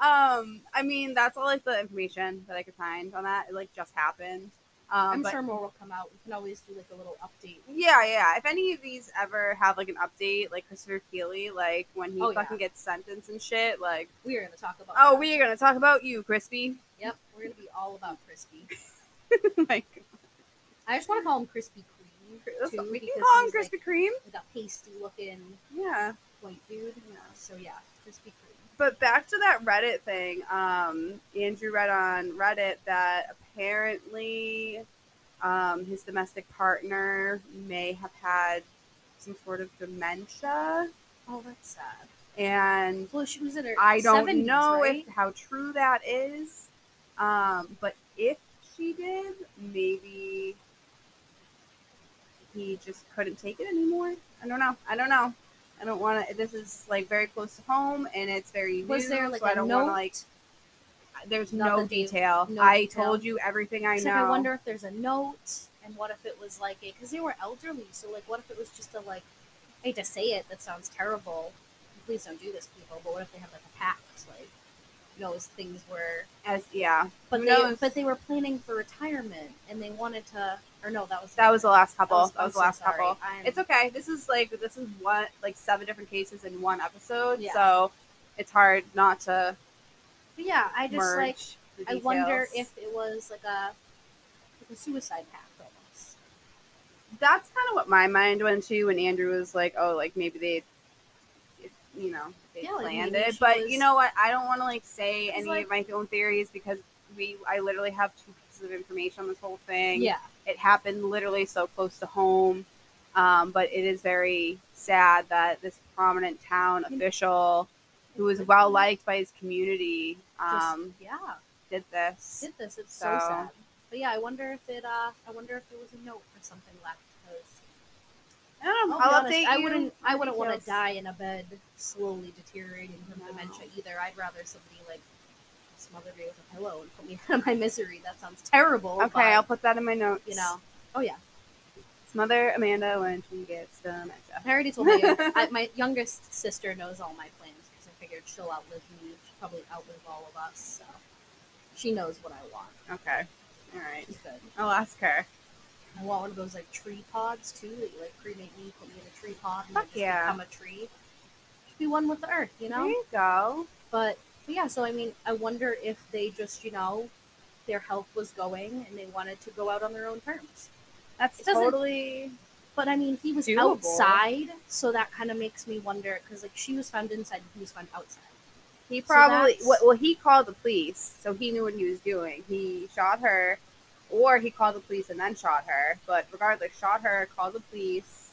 [SPEAKER 1] um, I mean that's all like the information that I could find on that. It like just happened. Um,
[SPEAKER 2] I'm
[SPEAKER 1] but
[SPEAKER 2] sure more will come out. We can always do like a little update.
[SPEAKER 1] Yeah, yeah. If any of these ever have like an update, like Christopher Keeley, like when he
[SPEAKER 2] Oh, yeah.
[SPEAKER 1] fucking gets sentenced and shit, like,
[SPEAKER 2] We are gonna talk about.
[SPEAKER 1] oh,
[SPEAKER 2] that.
[SPEAKER 1] we are gonna talk about you, Crispy.
[SPEAKER 2] Yep, we're gonna be all about crispy.
[SPEAKER 1] like,
[SPEAKER 2] I just want to call him crispy cream.
[SPEAKER 1] that's-
[SPEAKER 2] too,
[SPEAKER 1] we can
[SPEAKER 2] because
[SPEAKER 1] call him
[SPEAKER 2] he's, like,
[SPEAKER 1] Krispy Kreme.
[SPEAKER 2] like a pasty looking
[SPEAKER 1] Yeah.
[SPEAKER 2] white dude. So yeah, crispy cream.
[SPEAKER 1] But back to that Reddit thing. Um, Andrew read on Reddit that apparently um, his domestic partner may have had some sort of dementia,
[SPEAKER 2] Oh, that's sad.
[SPEAKER 1] and
[SPEAKER 2] Well, she was in her.
[SPEAKER 1] I don't
[SPEAKER 2] 70s,
[SPEAKER 1] know
[SPEAKER 2] right?
[SPEAKER 1] if how true that is, um, but if she did, maybe he just couldn't take it anymore. I don't know. I don't know. I don't want to. This is like very close to home, and it's very new.
[SPEAKER 2] Was there, like,
[SPEAKER 1] so I
[SPEAKER 2] a
[SPEAKER 1] don't want to
[SPEAKER 2] note?
[SPEAKER 1] like. There's
[SPEAKER 2] Not
[SPEAKER 1] no
[SPEAKER 2] that you-
[SPEAKER 1] detail.
[SPEAKER 2] no
[SPEAKER 1] I
[SPEAKER 2] detail.
[SPEAKER 1] told you everything I
[SPEAKER 2] It's
[SPEAKER 1] know.
[SPEAKER 2] Like, I wonder if there's a note, and what if it was like a because they were elderly, so like what if it was just a like I hate to say it, that sounds terrible. Please don't do this, people. But what if they have like a pact, like you know, as things were,
[SPEAKER 1] As yeah,
[SPEAKER 2] but
[SPEAKER 1] Who
[SPEAKER 2] they
[SPEAKER 1] knows?
[SPEAKER 2] but they were planning for retirement, and they wanted to, or no, that was
[SPEAKER 1] that was the last couple.
[SPEAKER 2] I'm
[SPEAKER 1] that was the
[SPEAKER 2] so
[SPEAKER 1] last
[SPEAKER 2] sorry.
[SPEAKER 1] couple.
[SPEAKER 2] I'm-
[SPEAKER 1] It's okay. This is like this is one like seven different cases in one episode,
[SPEAKER 2] Yeah.
[SPEAKER 1] so it's hard not to
[SPEAKER 2] But yeah, I just like
[SPEAKER 1] merge. the
[SPEAKER 2] I wonder
[SPEAKER 1] details.
[SPEAKER 2] if it was like a like a suicide pact almost.
[SPEAKER 1] that's kind of what my mind went to when Andrew was like, "Oh, like maybe they, it, you know, they
[SPEAKER 2] Yeah, like,
[SPEAKER 1] planned
[SPEAKER 2] maybe
[SPEAKER 1] it."
[SPEAKER 2] she
[SPEAKER 1] But
[SPEAKER 2] was-
[SPEAKER 1] you know what? I don't want to like say
[SPEAKER 2] It's
[SPEAKER 1] any
[SPEAKER 2] like-
[SPEAKER 1] of my own theories because we, I literally have two pieces of information on this whole thing.
[SPEAKER 2] Yeah,
[SPEAKER 1] it happened literally so close to home. Um, but it is very sad that this prominent town
[SPEAKER 2] Mm.
[SPEAKER 1] official, who was well liked by his community,
[SPEAKER 2] Just-
[SPEAKER 1] um,
[SPEAKER 2] yeah.
[SPEAKER 1] did this.
[SPEAKER 2] did this. It's so,
[SPEAKER 1] So-
[SPEAKER 2] sad. But yeah, I wonder if it. Uh, I wonder if there was a note or something left. Because
[SPEAKER 1] I don't know.
[SPEAKER 2] I'll
[SPEAKER 1] I'll,
[SPEAKER 2] be honest,
[SPEAKER 1] update
[SPEAKER 2] I
[SPEAKER 1] you
[SPEAKER 2] wouldn't.
[SPEAKER 1] with
[SPEAKER 2] I wouldn't want
[SPEAKER 1] details.
[SPEAKER 2] to die in a bed, slowly deteriorating from
[SPEAKER 1] No.
[SPEAKER 2] dementia either. I'd rather somebody like smothered me with a pillow and put me out of my misery. That sounds terrible.
[SPEAKER 1] Okay,
[SPEAKER 2] but,
[SPEAKER 1] I'll put that in my notes.
[SPEAKER 2] you know. Oh yeah,
[SPEAKER 1] smother Amanda when she gets dementia.
[SPEAKER 2] I already told my young- I, my youngest sister knows all my plans because I figured she'll outlive me. She'll probably outlive all of us. So she knows what I want.
[SPEAKER 1] Okay, All right.
[SPEAKER 2] It's good.
[SPEAKER 1] I'll ask her.
[SPEAKER 2] I want one of those like tree pods too that you like cremate me, put me in a tree pod, and I
[SPEAKER 1] Fuck
[SPEAKER 2] just
[SPEAKER 1] yeah.
[SPEAKER 2] become a tree. Just be one with the earth, you know.
[SPEAKER 1] There you go.
[SPEAKER 2] But, but yeah, so I mean, I wonder if they just you know their health was going and they wanted to go out on their own terms.
[SPEAKER 1] That's
[SPEAKER 2] It doesn't-
[SPEAKER 1] totally.
[SPEAKER 2] But I mean, he was
[SPEAKER 1] Doable.
[SPEAKER 2] outside, so that kind of makes me wonder because like she was found inside, and he was found outside.
[SPEAKER 1] He
[SPEAKER 2] So
[SPEAKER 1] probably
[SPEAKER 2] that's-
[SPEAKER 1] well, well he called the police, so he knew what he was doing. He shot her, or he called the police and then shot her. But regardless, shot her, called the police,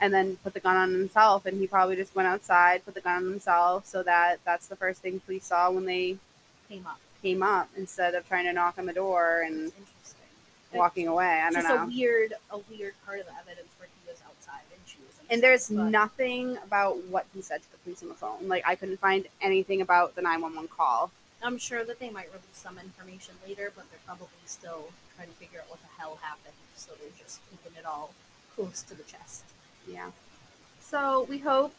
[SPEAKER 1] and then put the gun on himself. And he probably just went outside, put the gun on himself, so that that's the first thing police saw when they
[SPEAKER 2] Came up.
[SPEAKER 1] came up, instead of trying to knock on the door and
[SPEAKER 2] It's interesting.
[SPEAKER 1] walking away. I
[SPEAKER 2] It's
[SPEAKER 1] don't
[SPEAKER 2] just a
[SPEAKER 1] know.
[SPEAKER 2] weird, a weird part of the evidence where he was outside and she was. Inside,
[SPEAKER 1] And there's
[SPEAKER 2] but-
[SPEAKER 1] nothing about what he said to the police on the phone. Like I couldn't find anything about the 911 call.
[SPEAKER 2] I'm sure that they might release some information later, but they're probably still trying to figure out what the hell happened, so they're just keeping it all close to the chest.
[SPEAKER 1] Yeah. So we hope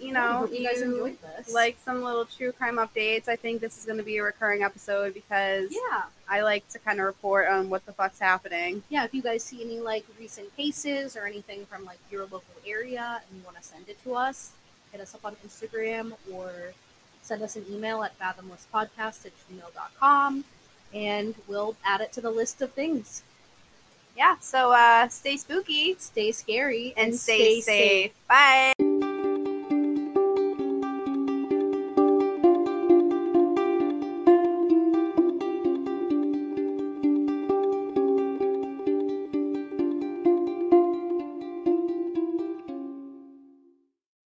[SPEAKER 1] you
[SPEAKER 2] I
[SPEAKER 1] know
[SPEAKER 2] hope you, guys enjoyed this.
[SPEAKER 1] like some little true crime updates. I think this is going to be a recurring episode because
[SPEAKER 2] yeah,
[SPEAKER 1] I like to kind of report on what the fuck's happening.
[SPEAKER 2] yeah. If you guys see any like recent cases or anything from like your local area and you want to send it to us, hit us up on Instagram or send us an email at fathomlesspodcast at gmail.com and we'll add it to the list of things.
[SPEAKER 1] Yeah. So uh, stay spooky
[SPEAKER 2] Stay scary
[SPEAKER 1] and, stay, safe. Bye.